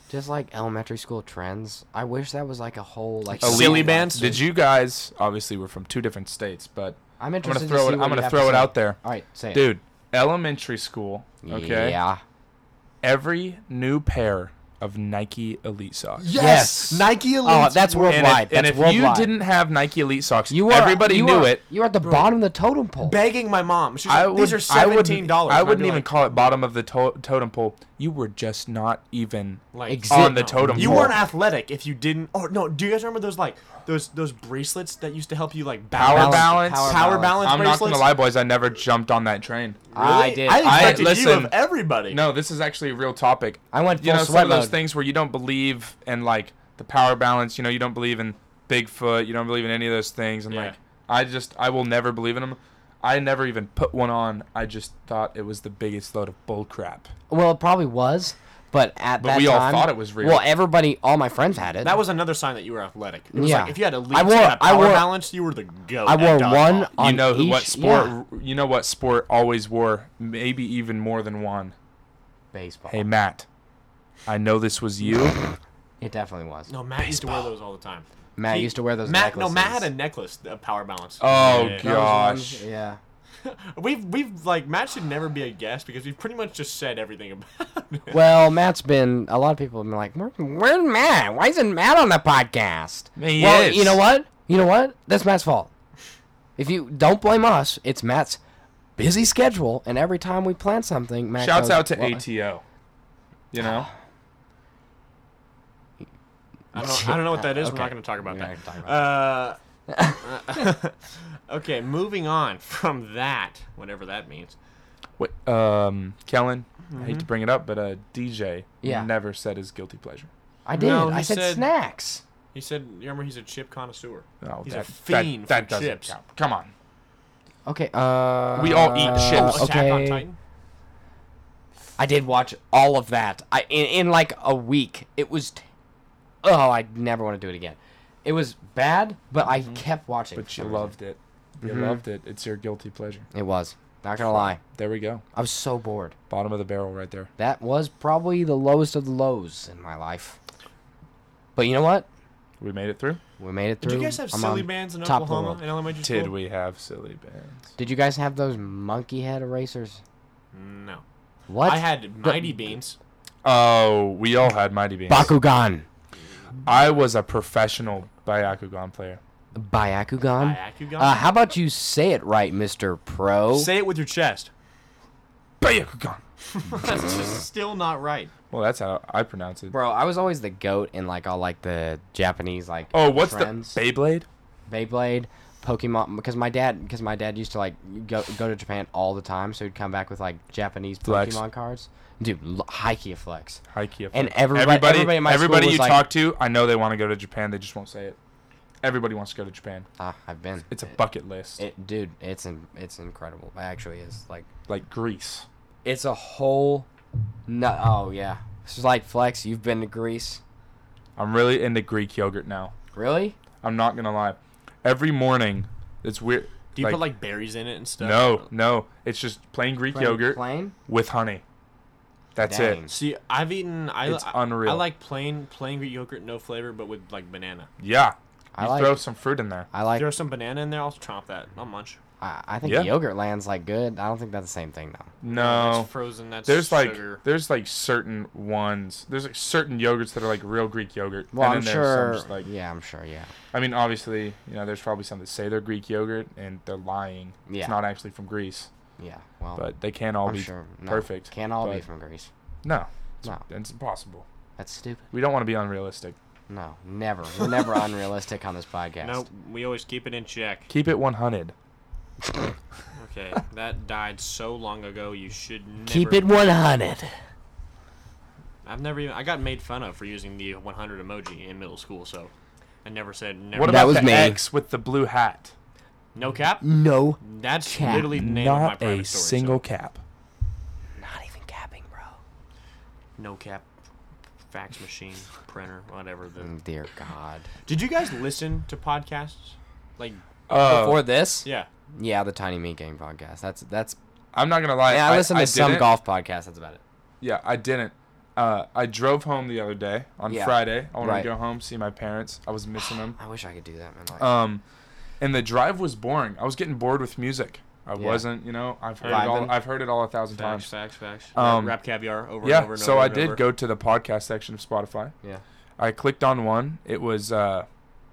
Just like elementary school trends. I wish that was like a whole like.
Elite-
silly
Silly
one.
bands?
Did you guys? Obviously, we're from two different states, but
I'm
I'm
interested.
gonna
to
throw
see
it.
what
I'm
you
gonna
have to
throw it
say.
out there,
All right, say it.
dude. Elementary school. Okay.
Yeah.
Every new pair of Nike Elite socks.
Yes.
Nike Elite.
Oh, that's
And
worldwide.
if, and if
that's worldwide.
you didn't have Nike Elite socks,
You are,
everybody
you
knew
are-
it.
You are at the bottom of the totem pole.
begging my mom. She's
I
like,
would,
these are
I wouldn't-
seventeen dollars.
I wouldn't even call it bottom of the to- totem pole. You were just not even.
like oh,
Ex-
on
Zip.
the totem
You
pole.
weren't athletic if you didn't. Oh no! Do you guys remember those like those those bracelets that used to help you like
Power
balance?
balance.
power
Power
balance.
balance
I'm not
bracelets.
gonna lie, boys. I never jumped on that train.
I did.
I
I-
expected you
listen.
of everybody.
No, this is actually a real topic.
I went full
you know,
sweat
some of those
mode.
things where you don't believe in like the power balance. You know, you don't believe in Bigfoot. You don't believe in any of those things. And
Yeah.
like, I just, I will never believe in them. I never even put one on. I just thought it was the biggest load of bull crap.
Well, it probably was, but at
But
that
we all
time-
thought it was real.
Well, everybody, all my friends had it.
That was another sign that you were athletic. It was
Yeah.
like if you had a lead
I
and
wore-
a
I
power
wore-
balance, you were the goat.
I
at
wore
dodgeball.
one on
You know who,
each,
what sport?
yeah.
You know what sport always wore, maybe even more than one.
baseball.
Hey Matt, I know this was you.
It definitely was.
No, Matt used to wear those all the time.
Matt
He-
used to wear those
Matt, no,
necklaces.
Matt had a necklace, a power balance.
Oh,
Yeah.
That was one-
Gosh.
Yeah.
We've we've like Matt should never be a guest because we've pretty much just said everything about. Him.
Well, Matt's been. A lot of people have been like, Where, "Where's Matt? Why isn't Matt on the podcast?"
He
well,
is.
you know what? You know what? That's Matt's fault. If you don't blame us, it's Matt's busy schedule, and every time we plan something, Matt
Shouts
goes,
out to
"Well,
ATO. You know.
I don't, I don't know what that is. We're
Okay.
not going to talk about
We're
that.
not gonna talk
Uh, okay, moving on from that, whatever that means.
Wait, um, Kellen, I hate to bring it up, but uh, DJ
Yeah.
never said his guilty pleasure.
I did.
No, he
I said,
said-
snacks.
He said, "You remember he's a chip connoisseur."
Uh,
No,
He's
Oh, that,
a fiend
that, that
for
doesn't
chips.
count. Come on.
Okay. Uh,
We all eat
uh,
chips.
Oh, Attack
Okay.
on Titan.
I did watch all of that. I in, in like a week. It was. T- oh, I never want to do it again. It was bad, but I kept watching. for
Mm-hmm. But you
some reason.
loved it. You loved it. It's your guilty pleasure.
It was not gonna lie.
There we go.
I was so bored.
Bottom of the barrel right there.
That was probably the lowest of the lows in my life. But you know what?
We made it through.
We made it
Did
through.
you guys have
I'm
silly
on
bands in
top of the
Oklahoma
world.
in elementary school?
Did we have silly bands?
Did you guys have those monkey head erasers?
No.
What?
I had Mighty Beans.
Oh, we all had Mighty Beans.
Bakugan.
I was a professional Byakugan player.
Byakugan.
Byakugan?
Uh, how about you say it right, Mister Pro?
Say it with your chest.
Byakugan.
That's just still not right.
Well, that's how I pronounce it.
Bro, I was always the goat in like all like the Japanese like.
Oh, what's
trends.
the Beyblade?
Beyblade, Pokemon, because my dad, because my dad used to like go go to Japan all the time, so he'd come back with like Japanese
Flex.
Pokemon cards. Dude, l- Haikia flex.
Haikyuu.
And everybody,
everybody,
everybody,
everybody,
in my school
you
was like,
talk to, I know they want to go to Japan. They just won't say it. Everybody wants to go to Japan.
ah, I've been.
It's a bucket list,
It, dude, it's in, it's incredible. It actually is like,
like Greece.
it's a whole, no, oh yeah, it's just like flex. You've been to Greece,
I'm really into Greek yogurt now.
really?
I'm not gonna lie. Every morning, it's weird.
Do you put like berries in it and stuff?
no, no? It's just plain Greek
Plain-
yogurt
plain.
with honey. That's
Dang.
it.
See, I've eaten. I,
It's
I-
unreal.
I like plain plain Greek yogurt, no flavor, but with like banana.
Yeah, you
I like.
throw some fruit in there.
I like.
If there's some banana in there, I'll chomp that. I'll munch.
I, I think
Yeah.
yogurt land's like good. I don't think that's the same thing though.
No,
That's frozen. That's
there's like
sugar.
there's like certain ones. There's like certain yogurts that are like real Greek yogurt.
Well,
and
I'm
then there's some
sure.
just, like
yeah, I'm sure. Yeah.
I mean, obviously, you know, there's probably some that say they're Greek yogurt and they're lying.
Yeah.
It's not actually from Greece,
Yeah. Well.
but they can't all
I'm
be
sure. No,
perfect.
Can't all be
but-
from Greece.
No, it's,
No.
it's impossible.
That's stupid.
We don't want to be unrealistic.
No, never. We're never unrealistic on this podcast.
No, we always keep it in check.
Keep it 100.
Okay, that died so long ago. You should never.
Keep it 100.
I've never even. I got made fun of for using the 100 emoji in middle school, so I never said never.
What
That
about
was
the
me.
X with the blue hat?
no cap?
No.
That's
Cap.
literally the name of my
Not
private story,
a
so
single cap.
Not even capping, bro.
no cap fax machine printer whatever.
Mm.
The...
Oh, Dear God.
Did you guys listen to podcasts? Like
Uh,
Before this?
yeah.
Yeah, the Tiny Meat Gang podcast. That's that's.
I'm not gonna lie.
yeah, I listened to some
didn't-
golf podcasts. That's about it.
Yeah, I didn't. Uh, I drove home the other day on
Yeah.
Friday. I wanted
Right.
to go home see my parents. I was missing them.
I wish I could do that, man. Like,
Um, and the drive was boring. I was getting bored with music. I
Yeah.
wasn't, you know. I've heard it
Vibing.
all. I've heard it all a thousand
Facts, facts,
times.
facts.
Um,
Rap caviar over
yeah.
and over and
so
over
I
and
did
over.
go to the podcast section of Spotify.
yeah.
I clicked on one. It was uh,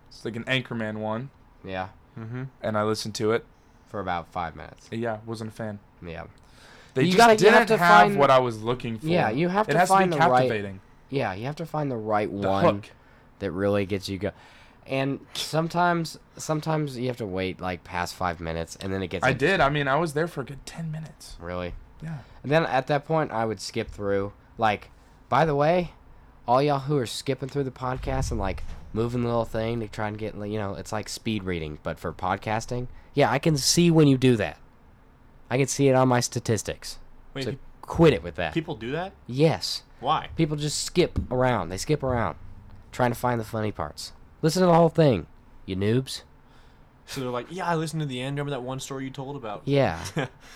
it's like an Anchorman one,
Yeah.
Mm-hmm.
and I listened to it.
For about five minutes.
Yeah, wasn't a fan.
Yeah.
They
You
just
gotta- you
didn't
have
have,
to find-
what I was looking for.
Yeah, you have
it
to
has
find
to
the
be
right-
captivating.
Yeah, you have to find the right
The
one.
hook.
that really gets you go. And sometimes, sometimes you have to wait like past five minutes, and then it gets.
I did. I mean, I was there for a good ten minutes.
really.
Yeah.
And then at that point, I would skip through. Like, by the way, all y'all who are skipping through the podcast and like moving the little thing to try and get, you know, it's like speed reading, but for podcasting. Yeah, I can see when you do that. I can see it on my statistics.
Wait,
so
pe-
quit it with that.
people do that?
yes,
Why?
people just skip around. They skip around, trying to find the funny parts. Listen to the whole thing, you noobs.
So they're like, yeah, I listened to the end. Remember that one story you told about?
Yeah.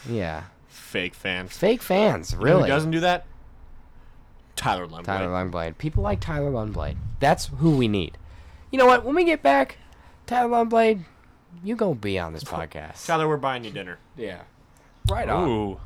yeah.
Fake fan.
Fake fans,
You know
really.
Who doesn't do that? Tyler Lumberg.
Tyler Lundblade. People like Tyler Lundblade. That's who we need. You know what? When we get back, Tyler Lundblade, you gonna be on this podcast.
Tyler, we're buying you dinner.
Yeah. Right on.
Ooh.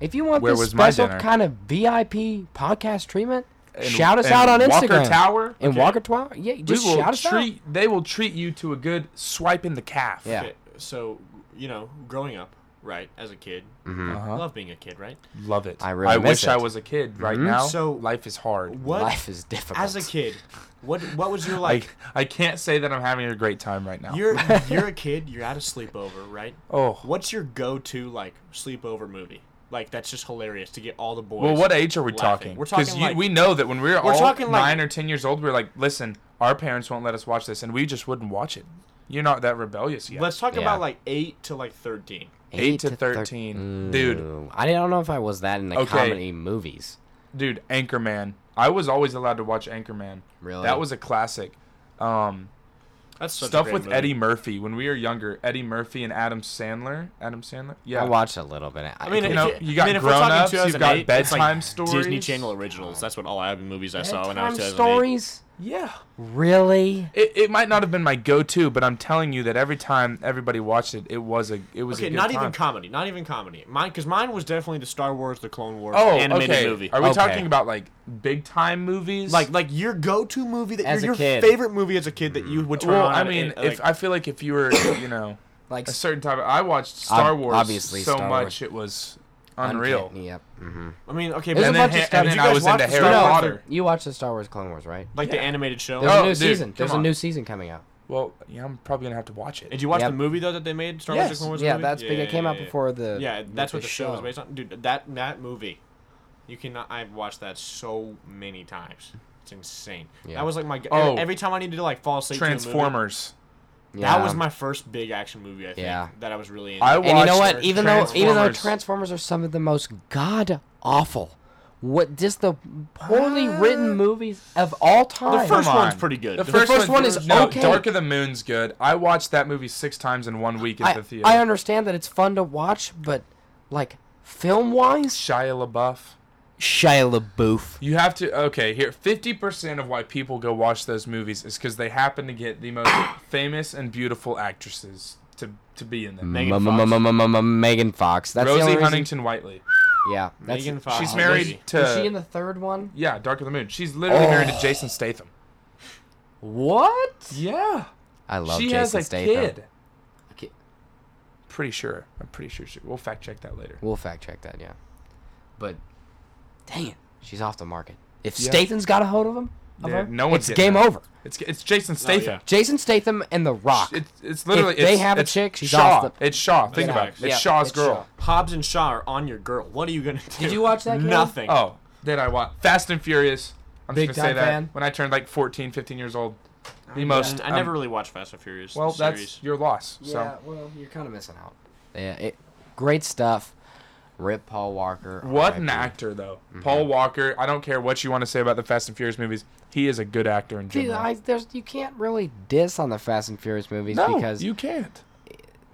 If you want
Where
this
was my
special
dinner?
kind of VIP podcast treatment,
And-
shout us
and
out on
Walker
Instagram.
Tower.
And
Okay.
Walker Tower. Yeah,
We
just
will
shout us out.
treat. They will treat you to a good swipe in the calf.
Yeah.
Okay, so, you know, growing up, right, as a kid,
Mm-hmm.
Uh-huh.
love being a kid, right?
Love it.
I really
I
miss
wish I
it. Mm-hmm.
was a kid right now.
So-
So life is hard.
What
Life is difficult.
as a kid, what what was your
I,
like?
I can't say that I'm having a great time right now.
You're you're a kid. You're at a sleepover, right?
oh.
What's your go-to like sleepover movie? Like that's just hilarious to get all the boys.
Well, what age are we
laughing.
talking?
We're
Because
talking like-
we know that when we were, all
talking like-
nine or ten years old, we were like, listen, our parents won't let us watch this, and we just wouldn't watch it. You're not that rebellious yet.
Let's talk
Yeah.
about like eight to like thirteen.
Eight to
thir- mm.
13. Dude.
Ooh, I don't know if I was that in the
Okay.
comedy movies.
Dude, Anchorman. I was always allowed to watch Anchorman.
Really?
That was a classic. Um,
That's such a
stuff
great
with
movie.
Eddie Murphy when we were younger. Eddie Murphy and Adam Sandler. Adam Sandler. Yeah.
I watched a little bit. I,
mean,
You
it-
know,
If-
you
I
got
mean, if we're
grown
talking
ups. You've got
2008, it's like
bedtime
Disney
stories.
Channel originals. That's what all I movies I saw when I was 2008.
Bedtime stories.
Yeah.
Really?
It, it might not have been my go-to, but I'm telling you that every time everybody watched it, it was a it was a
Okay,
good
not
time.
even comedy. Not even comedy. Mine, because mine was definitely the Star Wars, the Clone Wars
oh,
animated
okay.
movie.
Are we
Okay.
talking about like big time movies?
Like, like your go-to movie that
As
your, your
a kid.
favorite movie as a kid that you would turn
well,
on.
I
at-
mean,
at,
if
like-
I feel like if you were, you know,
Like
a certain time, I watched Star
Ob-
Wars
obviously
so
Star
much
Wars.
it was unreal.
Uncanny, Yep.
I mean, okay, but
There's a
And then,
bunch of
ha- and
stuff-
then
Did you
I
guys
was
watch
into
the
Harry
Star Wars?
Potter.
You watched the Star Wars Clone Wars, right?
like
yeah.
the animated show.
There's
Oh,
a new
dude,
season.
come
There's
on.
a new season coming out.
Well, yeah, I'm probably gonna have to watch it.
Did you watch
Yep.
the movie though that they made? Star Wars,
Yes.
the Clone Wars
yeah,
movie?
that's big. It came out
yeah, yeah.
before the.
Yeah, that's what the show is based on. Dude, that that movie, you cannot. I've watched that so many times. It's insane.
Yeah.
That was like my
Oh.
oh, every time I needed to like fall asleep. to a movie,
Transformers.
That was my first big action movie. I think
Yeah.
that I was really into.
I
And you know
watched
what? Even though even though
Transformers.
Transformers are some of the most god awful, what just the poorly written movies of all time.
the first
Come
one's
on.
pretty good.
The
The
first,
first
one
one
is
is
no,
okay.
Dark of the Moon's good. I watched that movie six times in one week at
I,
the theater.
I understand that it's fun to watch, but like film wise,
Shia LaBeouf.
Shia LaBeouf.
You have to okay here. Fifty percent of why people go watch those movies is because they happen to get the most famous and beautiful actresses to to be in them.
Megan
M-
Fox.
m- m- m- m- m- Megan Fox. That's the
Rosie
only reason-
Huntington Whiteley.
Yeah, that's
Megan Fox.
She's
Oh,
married
Rosie.
to
Is she in the third one?
yeah, Dark of the Moon. She's
Oh.
literally married to Jason Statham.
What?
Yeah,
I love
she
Jason
has a
Statham.
kid.
Okay,
Pretty sure. I'm pretty sure. She, we'll fact check that later.
We'll fact check that, yeah. But dang it, she's off the market. If
Yeah.
Statham's got a hold of him, of
Yeah,
her,
no one's
it's
getting
game
that.
over.
It's it's Jason Statham.
Jason Statham and The Rock.
It's, it's literally
they
it's-
have a
it's
chick, she's
Shaw.
off
It's Shaw. Think
Yeah.
about it. It's
Yeah,
Shaw's
it's
girl.
Hobbs and Shaw are on your girl. What are you gonna do?
Did you watch that, Caleb?
Nothing.
Oh, did I watch Fast and Furious? I'm
Big
just gonna say
time
that
fan.
when I turned like 14, 15 years old. The
I
most.
I
um,
never really watched Fast and Furious.
Well, that's
series.
your loss. So
well, you're kind of missing out. Yeah, it, great stuff. Rip Paul Walker.
what
RIP.
an actor though.
Mm-hmm.
Paul Walker. I don't care what you want to say about the Fast and Furious movies. He is a good actor in
Dude,
general.
I, there's, you can't really diss on the Fast and Furious movies
no,
because
you can't.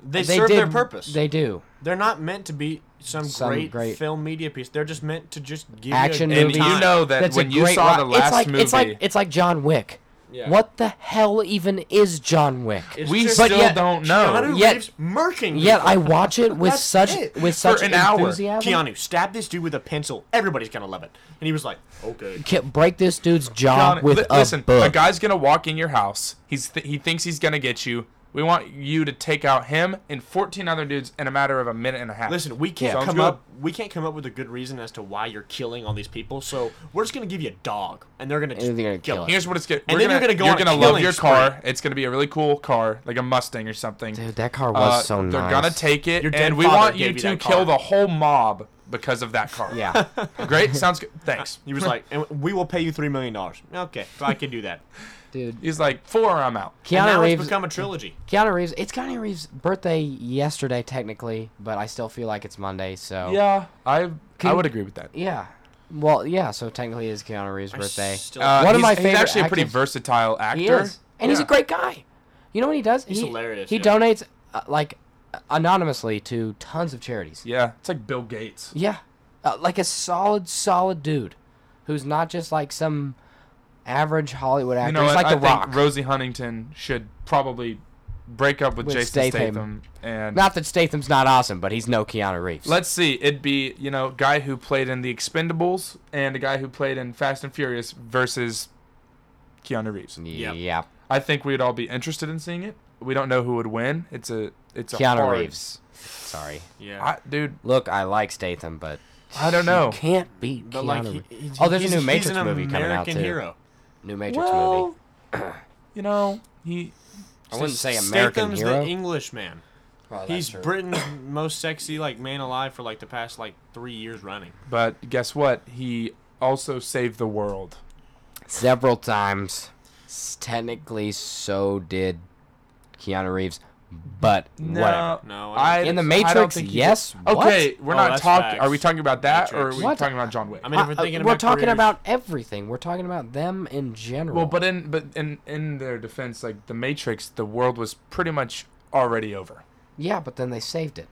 they, serve
did-
their purpose.
They do.
They're not meant to be some,
Some
great,
great-
film media piece. They're just meant to just give
Action
you a good
And
movie.
time.
you know that
That's a
when you
great
saw
ri-
the last
it's like,
movie,
it's like it's like John Wick.
Yeah.
What the hell even is John Wick?
It's
we
just
But
still
yet-
don't know.
Keanu
Yet-
Reeves murking.
Yet
people.
I watch it with
That's
such
it.
with such
an hour.
enthusiasm.
Keanu, stab this dude with a pencil. Everybody's gonna love it. And he was like, okay.
Ki- break this dude's jaw
John,
with
li-
a
listen,
book.
a guy's gonna walk in your house. He's th- he thinks he's gonna get you. We want you to take out him and 14 other dudes in a matter of a minute and a half.
Listen, we can't
Sounds
come
good.
up. We can't come up with a good reason as to why you're killing all these people. So we're just gonna give you a dog, and they're gonna just
And they're gonna
kill
kill
it.
Here's what it's good.
And
we're
then you're gonna go
You're
on a
gonna love
killing
your
spree.
car. It's gonna be a really cool car, like a Mustang or something.
Dude, that car was
Uh,
so nice.
They're gonna take it,
Your dead
and we
father
want you
gave you
to
that
kill
car.
the whole mob because of that car.
Yeah,
Great. Sounds good. Thanks.
He was like, and we will pay you three million dollars. Okay, so I can do that.
dude.
He's like four. I'm out.
And
Keanu
now it's
Reeves.
become a trilogy.
Keanu Reeves. It's Keanu Reeves' birthday yesterday, technically, but I still feel like it's Monday. So
Yeah, I I
you-
would agree with that.
yeah. Well, yeah. So technically, it is Keanu Reeves' birthday.
Still,
Uh,
One of
he's-
my
He's
favorite
actually a pretty
actors-
versatile actor.
He is, and he's a
Yeah.
great guy. You know what he does? He's he,
hilarious,
He
yeah.
donates uh, like anonymously to tons of charities.
Yeah, it's like Bill Gates.
Yeah, uh, like a solid, solid dude who's not just like some average Hollywood actor.
You know,
He's
what?
like
I
The
think
Rock.
Rosie Huntington should probably break up with,
With
Jason Statham.
Statham.
and
not that Statham's not awesome, but he's no Keanu Reeves.
let's see, it'd be you know guy who played in The Expendables and a guy who played in Fast and Furious versus Keanu Reeves.
yeah,
I think we'd all be interested in seeing it. We don't know who would win. It's a it's a
Keanu
hard-
Reeves. Sorry.
yeah.
I, dude,
Look, I like Statham, but
I don't know.
can't beat
but
Keanu.
like,
Reeves.
he- he-
oh, there's a
he's-
new
he's
Matrix
an
movie coming out
American
too.
hero.
New Matrix
Well,
movie.
you know he.
I wouldn't say American
Statham's
hero.
the English man. He's Britain's most sexy like man alive for like the past like three years running.
But guess what? He also saved the world.
several times. S- Technically, so did Keanu Reeves, but whatever.
No, I
I,
don't
In the
I don't
Matrix,
think he-
yes.
Okay, we're
Oh,
not
that's
talking. Are we
facts.
talking about that, or are
Matrix.
we
What?
talking about John Wick?
I
What?
mean, if
Uh,
we're
uh,
thinking
we're
about
talking
careers-
about everything. We're talking about them in general.
well, but in but in in their defense, like the Matrix, the world was pretty much already over.
yeah, but then they saved it.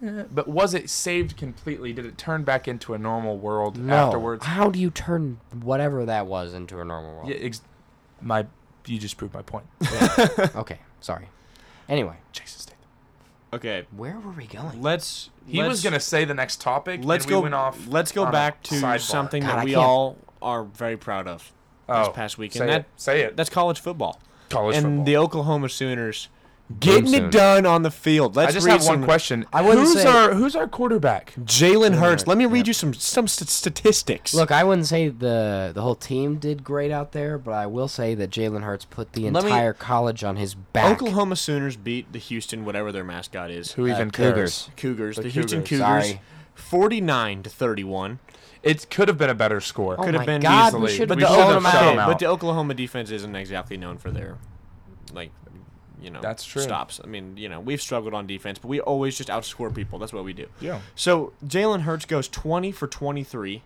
But was it saved completely? Did it turn back into a normal world
No.
afterwards?
How do you turn whatever that was into a normal world?
Yeah, ex- My, you just proved my point.
Okay, sorry. Anyway,
Jason Statham.
Okay,
where were we going?
let's.
He
let's,
was gonna say the next topic.
Let's
and
go.
We went off.
let's go
on a
back to
sidebar.
something
God,
that
I
we
can't-
all are very proud of
oh,
this past
say
weekend. That,
it. Say it.
That's college football.
college
and
football.
the Oklahoma Sooners getting
Sooners.
it done on the field. Let's
I just
read
have one
some-
question.
I wouldn't
who's
say-
our Who's our quarterback?
Jalen Hurts.
Hurts,
Let me read
yeah.
you some some st- statistics.
Look, I wouldn't say the the whole team did great out there, but I will say that Jalen Hurts put the
Let me-
entire college on his back.
Oklahoma Sooners beat the Houston, whatever their mascot is,
Who
Uh,
even cares?
Cougars.
Cougars. The,
The
Houston
Cougars.
Cougars,
Sorry.
forty-nine to thirty-one.
It could have been a better score.
Oh
Could have
my
been
God,
easily,
we should
But
We
the,
should've
Oklahoma,
shut 'em
but
out.
the Oklahoma defense isn't exactly known for their, like, you know,
That's true.
stops. I mean, you know, we've struggled on defense, but we always just outscore people. That's what we do.
Yeah.
So Jalen Hurts goes twenty for twenty-three.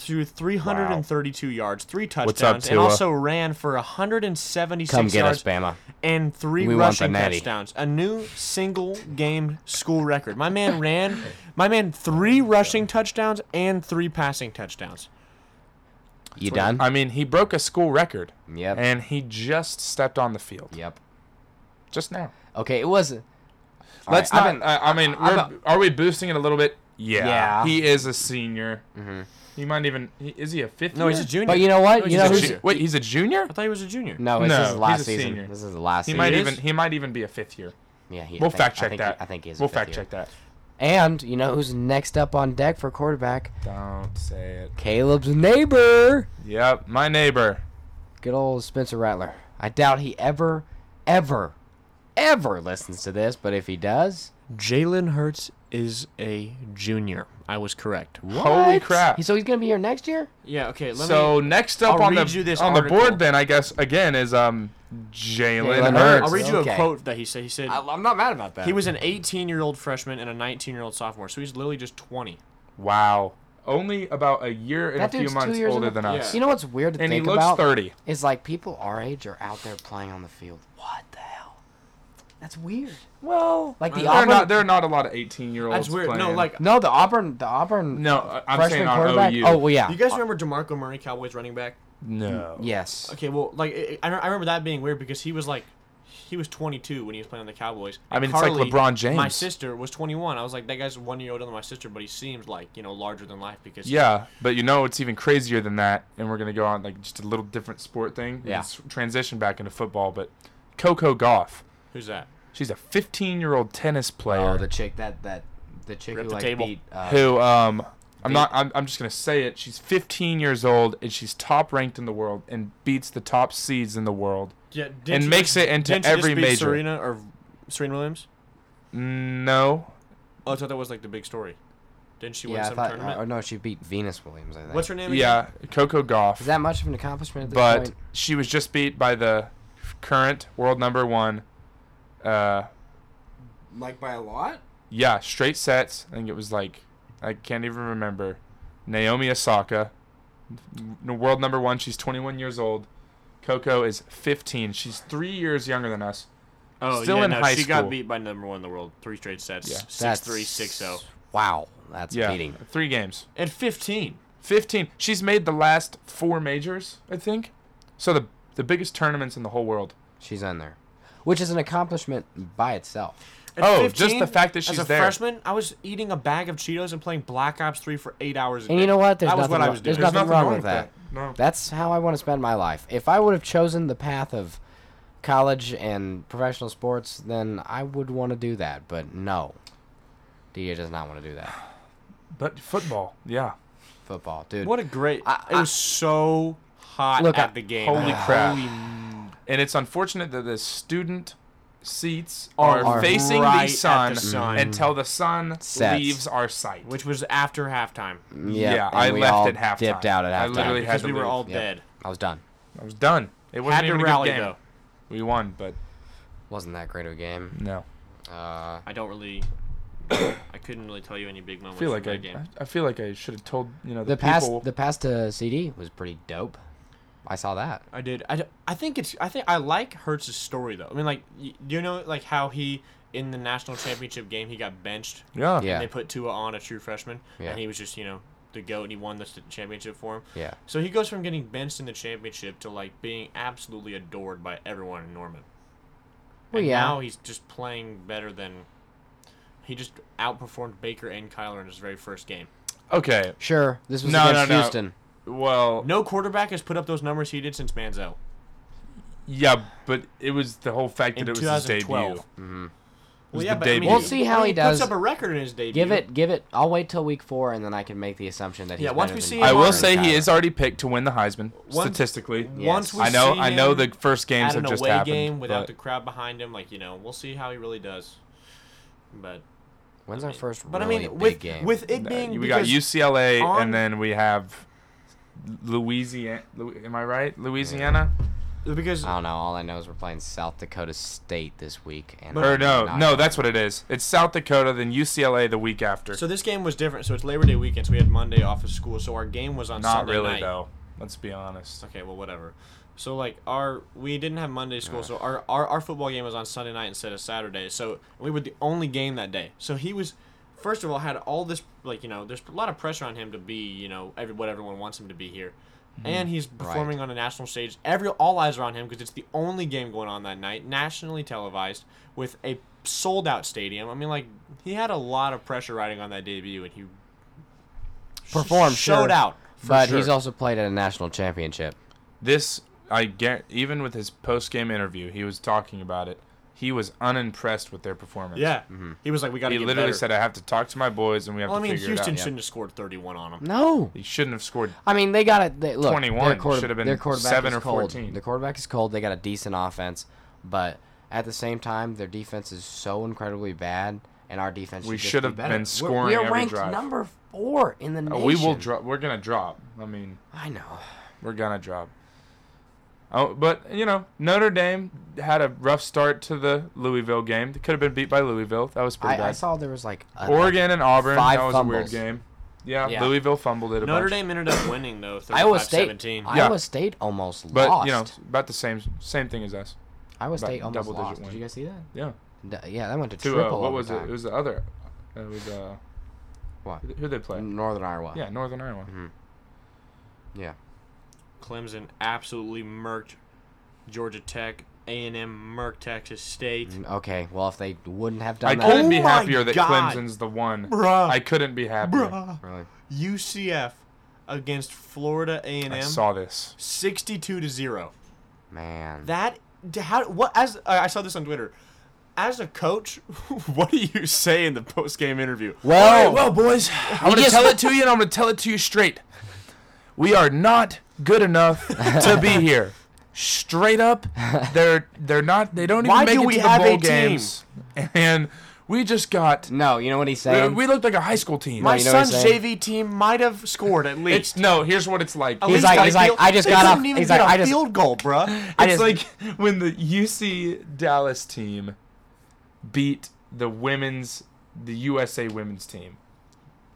Through 332 yards, three
up,
touchdowns, and
Tua?
also ran for 176
Come get
yards
us, Bama.
and three
We want the
rushing
natty.
touchdowns. A new single game school record. My man ran my man three rushing touchdowns and three passing touchdowns.
You done?
I mean, he broke a school record,
Yep.
and he just stepped on the field
Yep.
just now.
Okay, it wasn't. All
Let's
right, I've
not.
been-
I I mean,
I've
we're, are we boosting it a little bit? Yeah.
Yeah.
He is a senior. Mm-hmm. He might even. he- Is he a fifth?
No,
year?
he's a junior.
but you know
No,
what? You
he's
know
a
who's,
junior.
Wait, he's a junior.
I thought he was a junior.
no, it's
No,
his last
he's a
season.
senior.
This is the last
He
season.
might
is?
even. He might even be a fifth year.
yeah, he, I
We'll
think-
fact
I
check
think-
that.
I think he's.
We'll fact check that.
And you know who's next up on deck for quarterback?
Don't say it.
Caleb's neighbor,
Yep, my neighbor.
good old Spencer Rattler. I doubt he ever, ever, ever listens to this, but if he does,
Jalen Hurts is a junior. I was correct.
Holy
What?
crap!
He- So he's gonna be here next year?
Yeah, okay, let
so
me
next up
I'll
on the
read you this
on the
article.
board, then I guess again is um Jalen
Jalen
Hurts.
I'll read you a
Okay.
quote that he said. He said
I'm not mad about that.
he was an 18-year-old freshman and a 19-year-old sophomore, so he's literally just 20.
Wow, only about a year and
That
a few
dude's two
months
years
older
old.
than us,
You know what's weird to
and he
think
looks
about
thirty.
is like people our age are out there playing on the field. What the hell? That's weird.
Well,
Like the
there are
Auburn-
not there are not a lot of eighteen year olds.
No, like
No, the Auburn, the Auburn
no, I- I'm
freshman
saying on
quarterback.
OU.
Oh well, yeah.
you guys remember DeMarco Murray, Cowboys running back?
no,
yes.
Okay, well, like it, I I remember that being weird because he was like, he was 22 when he was playing on the Cowboys.
I mean, it's like LeBron James.
My sister was 21. I was like, that guy's one year older than my sister, but he seems like you know larger than life because
Yeah, but you know it's even crazier than that, and we're gonna go on like just a little different sport thing. We
Yeah.
can s- transition back into football, but Coco Golf.
Who's that?
She's a 15 year old tennis player
Oh, the chick that that the chick
Rip
who
the
like
table.
beat. Uh,
who um I'm
Beat-
not I'm, I'm just gonna say it. She's 15 years old and she's top ranked in the world and beats the top seeds in the world
Yeah,
and makes it into
didn't she just
every
beat
major.
Serena or Serena Williams?
No,
Oh, I thought that was like the big story. Didn't she win
yeah, I
some
thought. uh,
tournament?
Or no, she beat Venus Williams. I think.
What's her name? again?
yeah, Coco Golf.
Is that much of an accomplishment at this
but
point?
she was just beat by the current world number one. Uh,
Like by a lot.
yeah, straight sets. I think it was like I can't even remember. Naomi Osaka, n- world number one. She's 21 years old. Coco is 15. She's three years younger than us.
Oh,
Still
yeah,
in
no,
high
she
school.
got beat by number one in the world, three straight sets,
Yeah.
six three, six oh. zero,
Wow, that's
Yeah,
beating.
three games.
and 15.
15. She's made the last four majors, I think. So the the biggest tournaments in the whole world.
She's on there, which is an accomplishment by itself.
At
Oh, just the fact that she's
as a
there.
freshman, I was eating a bag of Cheetos and playing Black Ops 3 for eight hours. A
And
day.
you know what? There's
that was
nothing
what I
wrong-
was doing.
there's nothing- wrong with that.
No.
That's how I want to spend my life. If I would have chosen the path of college and professional sports, then I would want to do that. But no, DJ does not want to do that.
But football, yeah.
Football, dude.
What a great!
I-
it was so hot
Look,
at
I-
the game.
Holy
Like,
crap.
holy-
And it's unfortunate that the student seats
Are
are,
are
facing
right
the,
at the
sun
sun.
until the sun
Sets.
leaves our sight.
which was after halftime
Yeah,
yeah,
and
I
we
left
all
at halftime.
Dipped out at
I
halftime.
literally had
because
to
we were
leave.
all
Yep.
dead.
I was done.
I was done. It wasn't
Had to
even
rally
a good game.
though.
We won, but
Wasn't that great of a game?
no.
Uh,
I don't really. I couldn't really tell you any big
I
moments
feel
from
like
that
I,
game.
I feel like I should have told you know the,
the pass,
people.
the pass to CD was pretty dope. I saw that.
I did. I, d- I think it's. I think I like Hertz's story though. I mean, like y- you know, like how he in the national championship game he got benched.
yeah.
Yeah.
And they put Tua on a true freshman,
Yeah.
and he was just you know the goat and he won the st- championship for him.
Yeah.
So he goes from getting benched in the championship to like being absolutely adored by everyone in Norman.
Well,
and
yeah.
now he's just playing better than he just outperformed Baker and Kyler in his very first game.
Okay.
Sure. This was
No, no,
against
no.
Houston.
Well,
No quarterback has put up those numbers he did since Manziel
yeah, but it was the whole fact that
in
it was his
2012.
debut. Mm-hmm.
Well,
was
yeah,
the
but I mean,
debut. We'll
see how he does.
Puts up a record in his debut.
Give it, give it. I'll wait till week four, and then I can make the assumption that he's
Yeah, once
better
we
than
see him
I
Marvin
will
Kyler.
say he is already picked to win the Heisman
One-
statistically.
Once
Yes.
we
I know.
see
I know
him
the first games
at an
have just
away
happened.
game without the
but-
crowd behind him, like you know, we'll see how he really does. But
When's
I
our
mean-
first
but
really
I mean,
big
with
game?
with it
No,
being
we got
because-
UCLA
on-
and then we have Louisiana. Am I right? Louisiana?
because
I don't know. All I know is we're playing South Dakota State this week, and
Or
I'm
no,
not-
no, that's what it is. It's South Dakota, then UCLA the week after.
so this game was different. So it's Labor Day weekend, so we had Monday off of school. So our game was on
Not
Sunday
really
night.
though. Let's be honest.
Okay, well, whatever. So like our we didn't have Monday school, so our, our our football game was on Sunday night instead of Saturday. So we were the only game that day. So he was, first of all, had all this like you know there's a lot of pressure on him to be you know every what everyone wants him to be here,
Mm-hmm.
and he's performing on a national stage. Every all eyes are on him because it's the only game going on that night, nationally televised with a sold out stadium. I mean like he had a lot of pressure riding on that debut, and he
Performed,
showed
sure.
out. for
But
sure.
he's also played at a national championship.
This I get. Even with his post-game interview, he was talking about it. He was unimpressed with their performance.
yeah.
Mm-hmm.
He was like, we got to
He
get
literally
better.
said, "I have to talk to my boys, and we have
Well, I
to
mean,
figure
Houston
it out."
shouldn't have scored 31 on him.
No,
He shouldn't have scored.
I mean they got it. They, look, their
21
quarter,
should have been
their quarterback
seven
is
or
cold.
14.
Their quarterback is cold. They got a decent offense, but at the same time, their defense is so incredibly bad, and our defense
We
just
should
be
have
better.
been
We're-
scoring
We are
every
ranked
drive.
number four in the nation.
Oh, we will drop. We're gonna drop. I mean,
I know.
we're gonna drop. Oh, but you know, Notre Dame had a rough start to the Louisville game. They could have been beat by Louisville. That was pretty
I,
bad.
I saw there was like a,
Oregon and Auburn.
Five
that was a weird
fumbles.
game. Yeah,
Yeah.
Louisville fumbled it. A
Notre
bunch.
Dame ended up winning though, 35
Iowa State.
17.
Yeah.
Iowa State almost
but
lost.
you know, about the same same thing as us.
Iowa State almost
double-digit
lost.
win.
Did you guys see that?
Yeah.
D- yeah, that went to
To uh,
triple.
what was it?
overtime.
It was the other. It was uh,
What? Mm.
who they play?
Northern Iowa.
Yeah, Northern Iowa.
Yeah.
Clemson absolutely murked Georgia Tech. A&M murked Texas State.
Okay. Well, if they wouldn't have
I
done that,
couldn't
Oh
be
my
happier that
God.
Clemson's the one.
Bruh.
I couldn't be happier.
Bruh.
really.
UCF against Florida
I
A&M
saw this.
62 to 0.
man,
That d- how what as uh, I saw this on Twitter. As a coach, what do you say in the post-game interview?
Well-
All right, well, boys, I'm gonna
just-
tell it to you, and I'm gonna tell it to you straight. We are not good enough to be here. Straight up, they're they're not. They don't even
Why
make
do
it
we
to the
have a
bowl
team?
games, and we just got.
no. You know what he's saying?
we looked like a high school team.
My
you know what he's
son's
saying?
JV team might have scored at least.
it's no. Here's what it's like.
At least
He's like-
got a
he's like,
field-
"I just
they
got
couldn't
off-
even
he's
get
like,
a
"I just-
field goal, bruh.
I
it's
just-
like when the UC Dallas team beat the women's the USA women's team.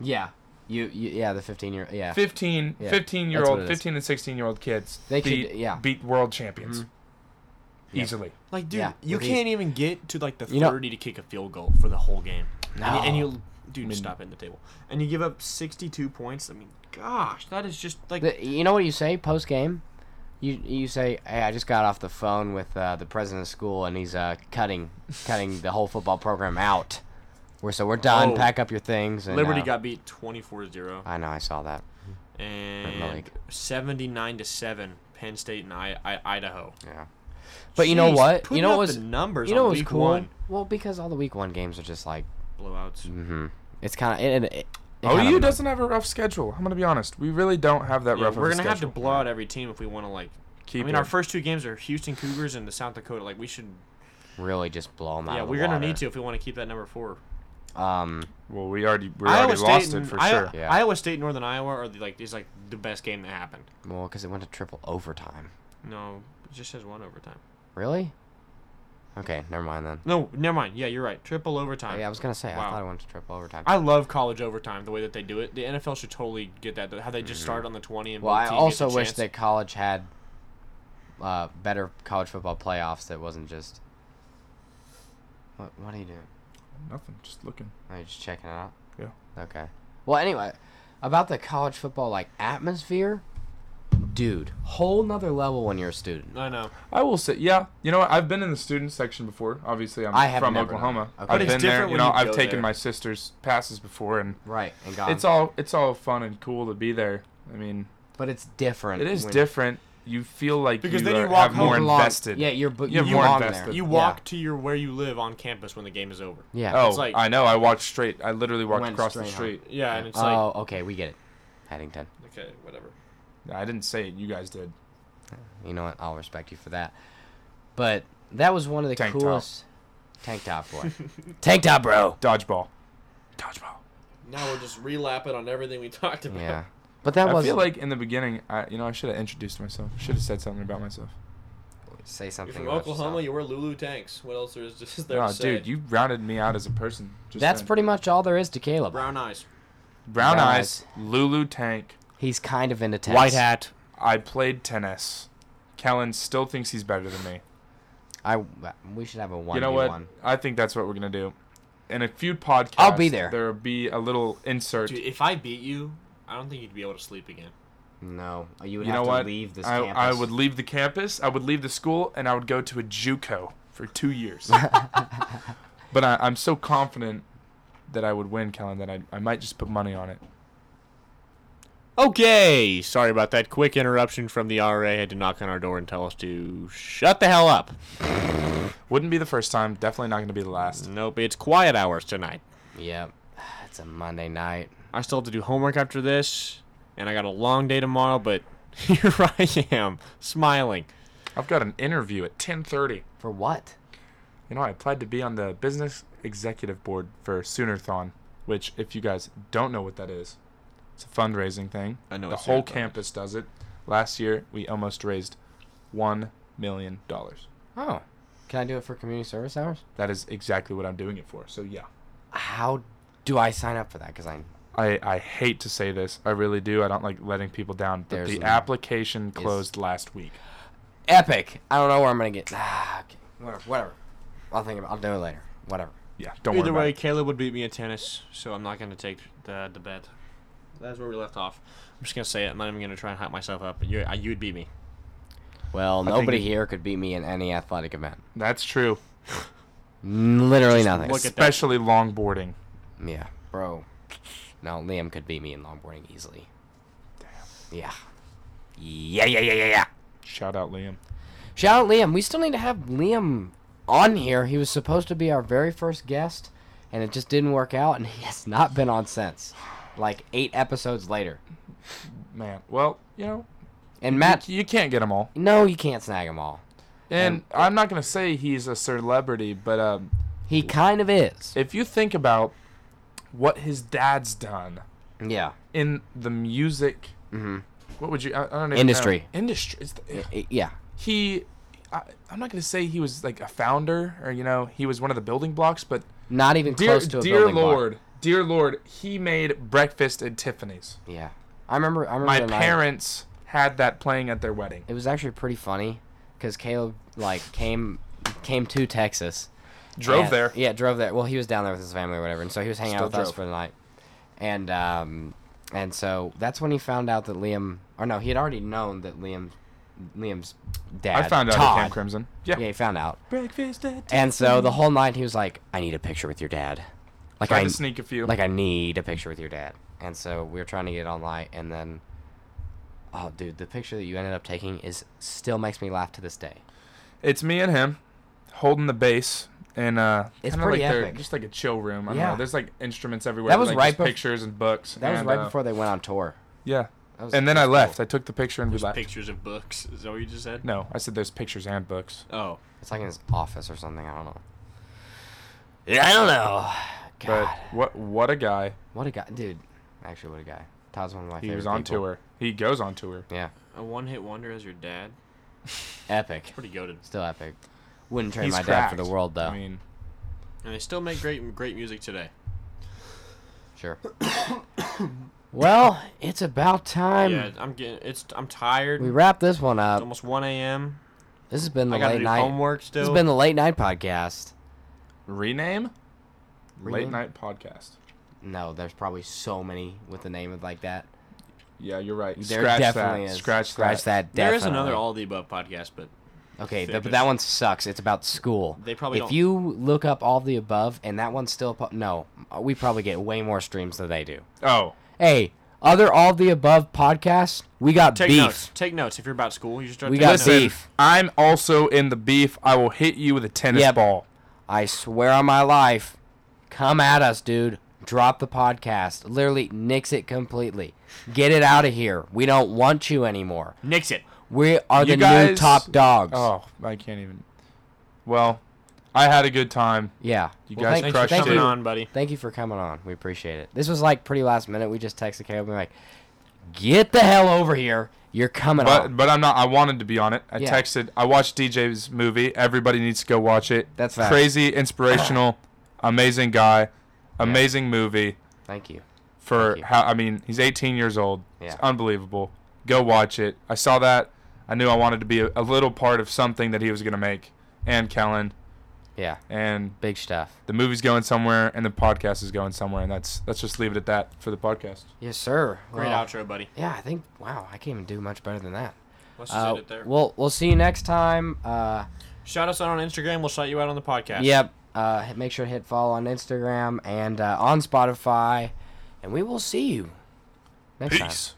yeah. You, you. Yeah. The 15 year. Yeah.
15,
Yeah,
15 year
that's what
old,
it is.
15 and 16 year old kids
They could-
beat,
yeah. Mm-hmm.
beat world champions easily.
Like, dude,
Yeah,
you
it is.
can't even get to like the
You know-
thirty to kick a field goal for the whole game. And, you, and
No.
you, dude, stop at the table. And you give up sixty-two points. I mean, gosh, that is just like
The- you know what you say post game? You you say, hey, I just got off the phone with uh, the president of school, and he's uh, cutting cutting the whole football program out. We're so we're done.
Oh.
Pack up your things. And,
Liberty
uh,
got beat 24-0
I know. I saw that.
and
Malik.
seventy-nine to seven. Penn State and I, I Idaho.
Yeah. But you know
Jeez,
what?
putting
You know
up
what was
the numbers?
you know
on
what was
week
cool?
One,
Well, because all the week one games are just like mm-hmm.
blowouts.
Mm, it's kind of it. it, it it
Oh,
kinda
OU
annoys-
doesn't have a rough schedule. I'm gonna be honest. We really don't have that
Yeah,
rough.
we're
of a
gonna have to
schedule.
blow out every team if we want to like.
Keep
I mean,
it.
our first two games are Houston Cougars and the South Dakota. Like, we should.
really just blow them out.
Yeah,
of the
we're gonna
water.
need to if we want to keep that number four.
Um,
Well, we already we
Iowa
already
State
lost
and
it for
I-
sure.
Yeah.
Iowa State, Northern Iowa are the, like is like the best game that happened.
well, because it went to triple overtime.
No, it just says one overtime.
Really? Okay, never mind then.
No, never mind. Yeah, you're right. Triple
Oh,
overtime.
yeah, I was gonna say
Wow.
I thought it went to triple overtime.
I love college overtime the way that they do it. The NFL should totally get that. How they just
Mm-hmm.
start on the twenty and
well,
both
I
team gets
also
a
wish
chance.
that college had uh, better college football playoffs that wasn't just. What What are you doing?
Nothing. Just looking.
Are you just checking it out?
Yeah.
Okay. Well, anyway, about the college football like atmosphere, dude, whole nother level when you're a student.
I know.
I will say, yeah. You know, what? I've been in the student section before. Obviously, I'm
I have
from
never
Oklahoma.
done it. Okay.
I've
But it's
been there.
different
You
when
know,
you
I've
go
taken
there.
my sister's passes before, and
Right, and God,
it's all it's all fun and cool to be there. I mean,
but it's different.
it is
when-
different. You feel like
Because
you,
then you
are-
walk
have more
home
belong-
invested.
Yeah, you're but
You have
you
more
belong
invested.
there.
You
Yeah.
walk to your where you live on campus when the game is over.
Yeah.
Oh,
It's like-
I know. I walked straight. I literally walked
Went
across the
straight home.
street.
Yeah, and it's
Oh, okay, we get it. Paddington.
like okay, whatever.
I didn't say it. You guys did.
You know what? I'll respect you for that. But that was one of the
Tank top.
coolest tank top boy. tank top bro.
Dodgeball. Dodgeball.
Now we're just relapping on everything we talked about.
Yeah. But that
I
was
feel like in the beginning, I you know I should have introduced myself. Should have said something about myself.
say
You're
something
from
about
Oklahoma.
yourself.
You wear Lulu tanks. What else there is just there
No,
to say?
dude, you rounded me out as a person. Just
That's
then.
pretty much all there is to Caleb.
brown eyes,
Brown,
Brown
eyes, Lulu tank.
He's kind of into tennis.
hat.
I played tennis. Kellen still thinks he's better than me.
I we should have a one.
you know what?
One.
I think that's what we're gonna do. In a few podcasts,
I'll be there.
There'll be a little insert.
Dude, if I beat you, I don't think you'd be able to sleep again.
No, you would
you
have
know
to
what?
leave this
I,
campus.
I would leave the campus. I would leave the school, and I would go to a JUCO for two years. but I, I'm so confident that I would win, Kellen, that I, I might just put money on it.
Okay, sorry about that quick interruption from the RA. Had to knock on our door and tell us to shut the hell up.
Wouldn't be the first time. Definitely not gonna be the last.
Nope, it's quiet hours tonight.
Yep. It's a Monday night.
I still have to do homework after this, and I got a long day tomorrow. But here I am, smiling.
I've got an interview at 10:30.
For what?
You know, I applied to be on the business executive board for Soonerthon, which, if you guys don't know what that is, it's a fundraising thing.
I know
the
what
whole
Soonerthon is.
campus does it. Last year, we almost raised one million dollars.
Oh. Can I do it for community service hours?
That is exactly what I'm doing it for. So yeah,
How do I sign up for that? Because I
I, I hate to say this, I really do. I don't like letting people down. But
There's
the
no-
application closed last week.
epic. I don't know where I'm gonna get. Ah, okay. Whatever. Whatever. I'll think about. I'll do it later. Whatever.
Yeah, don't worry
Either
about
way,
it.
Caleb would beat me at tennis, so I'm not going to take the the bet. That's where we left off. I'm just going to say it. I'm not even going to try and hype myself up. But you, I- you'd beat me.
Well,
think
nobody
it-
here could beat me in any athletic event.
That's true.
N- Literally nothing.
look at that.
Especially longboarding.
Yeah, bro. No, Liam could beat me in longboarding easily. Damn. Yeah. Yeah, yeah, yeah, yeah, yeah.
Shout out Liam.
Shout out Liam. We still need to have Liam on here. He was supposed to be our very first guest, and it just didn't work out, and he has not been on since. Like eight episodes later.
Man, well, you know,
And Matt,
you can't get them all.
no, you can't snag him all.
And I'm not gonna say he's a celebrity, but um,
He kind of is.
if you think about what his dad's done
Yeah.
in the music,
Mhm.
what would you? I, I don't even know.
Industry.
Industry. It's the,
I- Yeah.
he, I, I'm not gonna say he was like a founder or you know he was one of the building blocks, but
Not even
dear,
close to a
dear
building block.
Lord, dear Lord, he made breakfast at Tiffany's.
Yeah. I remember. I remember.
My
the night-
parents had that playing at their wedding.
It was actually pretty funny because Caleb like came came to Texas.
Drove
and-
there.
Yeah, drove there. Well, he was down there with his family or whatever, and so he was hanging
Still
out with us
drove.
for the night. And um, and so that's when he found out that Liam, or no, he had already known that Liam, Liam's dad.
I found out
Todd,
he came crimson. Yeah.
Yeah, he found out.
Breakfast at
And so the whole night he was like, "I need a picture with your dad." Like
Tried
I
to sneak a few.
like I need a picture with your dad. And so we were trying to get it online, and then, oh dude, the picture that you ended up taking is still makes me laugh to this day.
It's me and him holding the bass and uh
It's
kinda
pretty
like they're
epic.
just like a chill room. I don't
Yeah.
know. There's like instruments everywhere.
That
but,
was
like,
right
just
bef-
pictures and books.
That was
and,
right
uh,
before they went on tour.
Yeah.
That was
And then I
pretty
left.
cool.
I took the picture and we
There's
left.
pictures of books. Is that what you just said?
No, I said there's pictures and books.
Oh.
It's like in his office or something. I don't know. Yeah, I don't know. God,
But what what a guy.
what a guy, dude. Actually, what a guy. Todd's one of my
He
favorite.
was on
people.
tour. He goes on tour.
Yeah,
A one hit wonder as your dad?
epic.
Pretty goaded.
Still epic. Wouldn't trade
He's
my dad
cracked.
for the world though.
I mean,
And they still make great great music today.
sure. well, it's about time
yeah, I'm getting it's I'm tired.
we wrap this one
it's
up.
almost one AM.
This has been the
I gotta
late
do
night.
homework still.
This has been the late night podcast.
rename?
Rename?
Late night podcast.
no, there's probably so many with the name of like that.
Yeah, you're right.
There
Scratch
definitely
that.
is.
Scratch,
Scratch
that.
that.
There is another
definitely.
all of the above podcast, but
Okay, th-
They're
but
just-
that one sucks. It's about school.
They probably
If
don't-
you look up all the above and that one's still po- no, uh, we probably get way more streams than they do.
Oh,
Hey, other all the above podcasts, we got
take
beef.
notes. Take notes if you're about school. You should start
We
taking
got
notes.
listen.
beef.
I'm also in the beef. I will hit you with a tennis
Yep.
ball.
I swear on my life, come at us, dude. Drop the podcast. Literally nix it completely. Get it out of here. We don't want you anymore.
Nix it.
We are
You
the new
guys-
top dogs.
Oh, I can't even. Well, I had a good time.
Yeah.
You
Well,
guys
thank,
crushed
thank
it.
Coming
you.
on, buddy.
Thank you for coming on. We appreciate it. This was like pretty last minute. We just texted Caleb and like, get the hell over here. You're coming
But
on.
but I'm not. I wanted to be on it. I
Yeah.
texted. I watched DJ's movie. Everybody needs to go watch it.
That's facts.
crazy, inspirational, amazing guy, amazing movie.
Thank you.
For
Thank you.
how I mean, he's 18 years old. It's
Yeah.
unbelievable. Go watch it. I saw that. I knew I wanted to be a, a little part of something that he was gonna make. And Kellen.
Yeah.
And
Big stuff.
the movie's going somewhere, and the podcast is going somewhere, and that's let's just leave it at that for the podcast.
Yes, sir.
Great
Well,
outro, buddy.
Yeah, I think, wow, I can't even do much better than that.
Let's just
Uh,
end it there.
we'll, we'll see you next time. Uh,
Shout us out on Instagram. We'll shout you out on the podcast.
Yep. Uh, hit- make sure to hit follow on Instagram and uh, on Spotify. And we will see you next time.
Peace.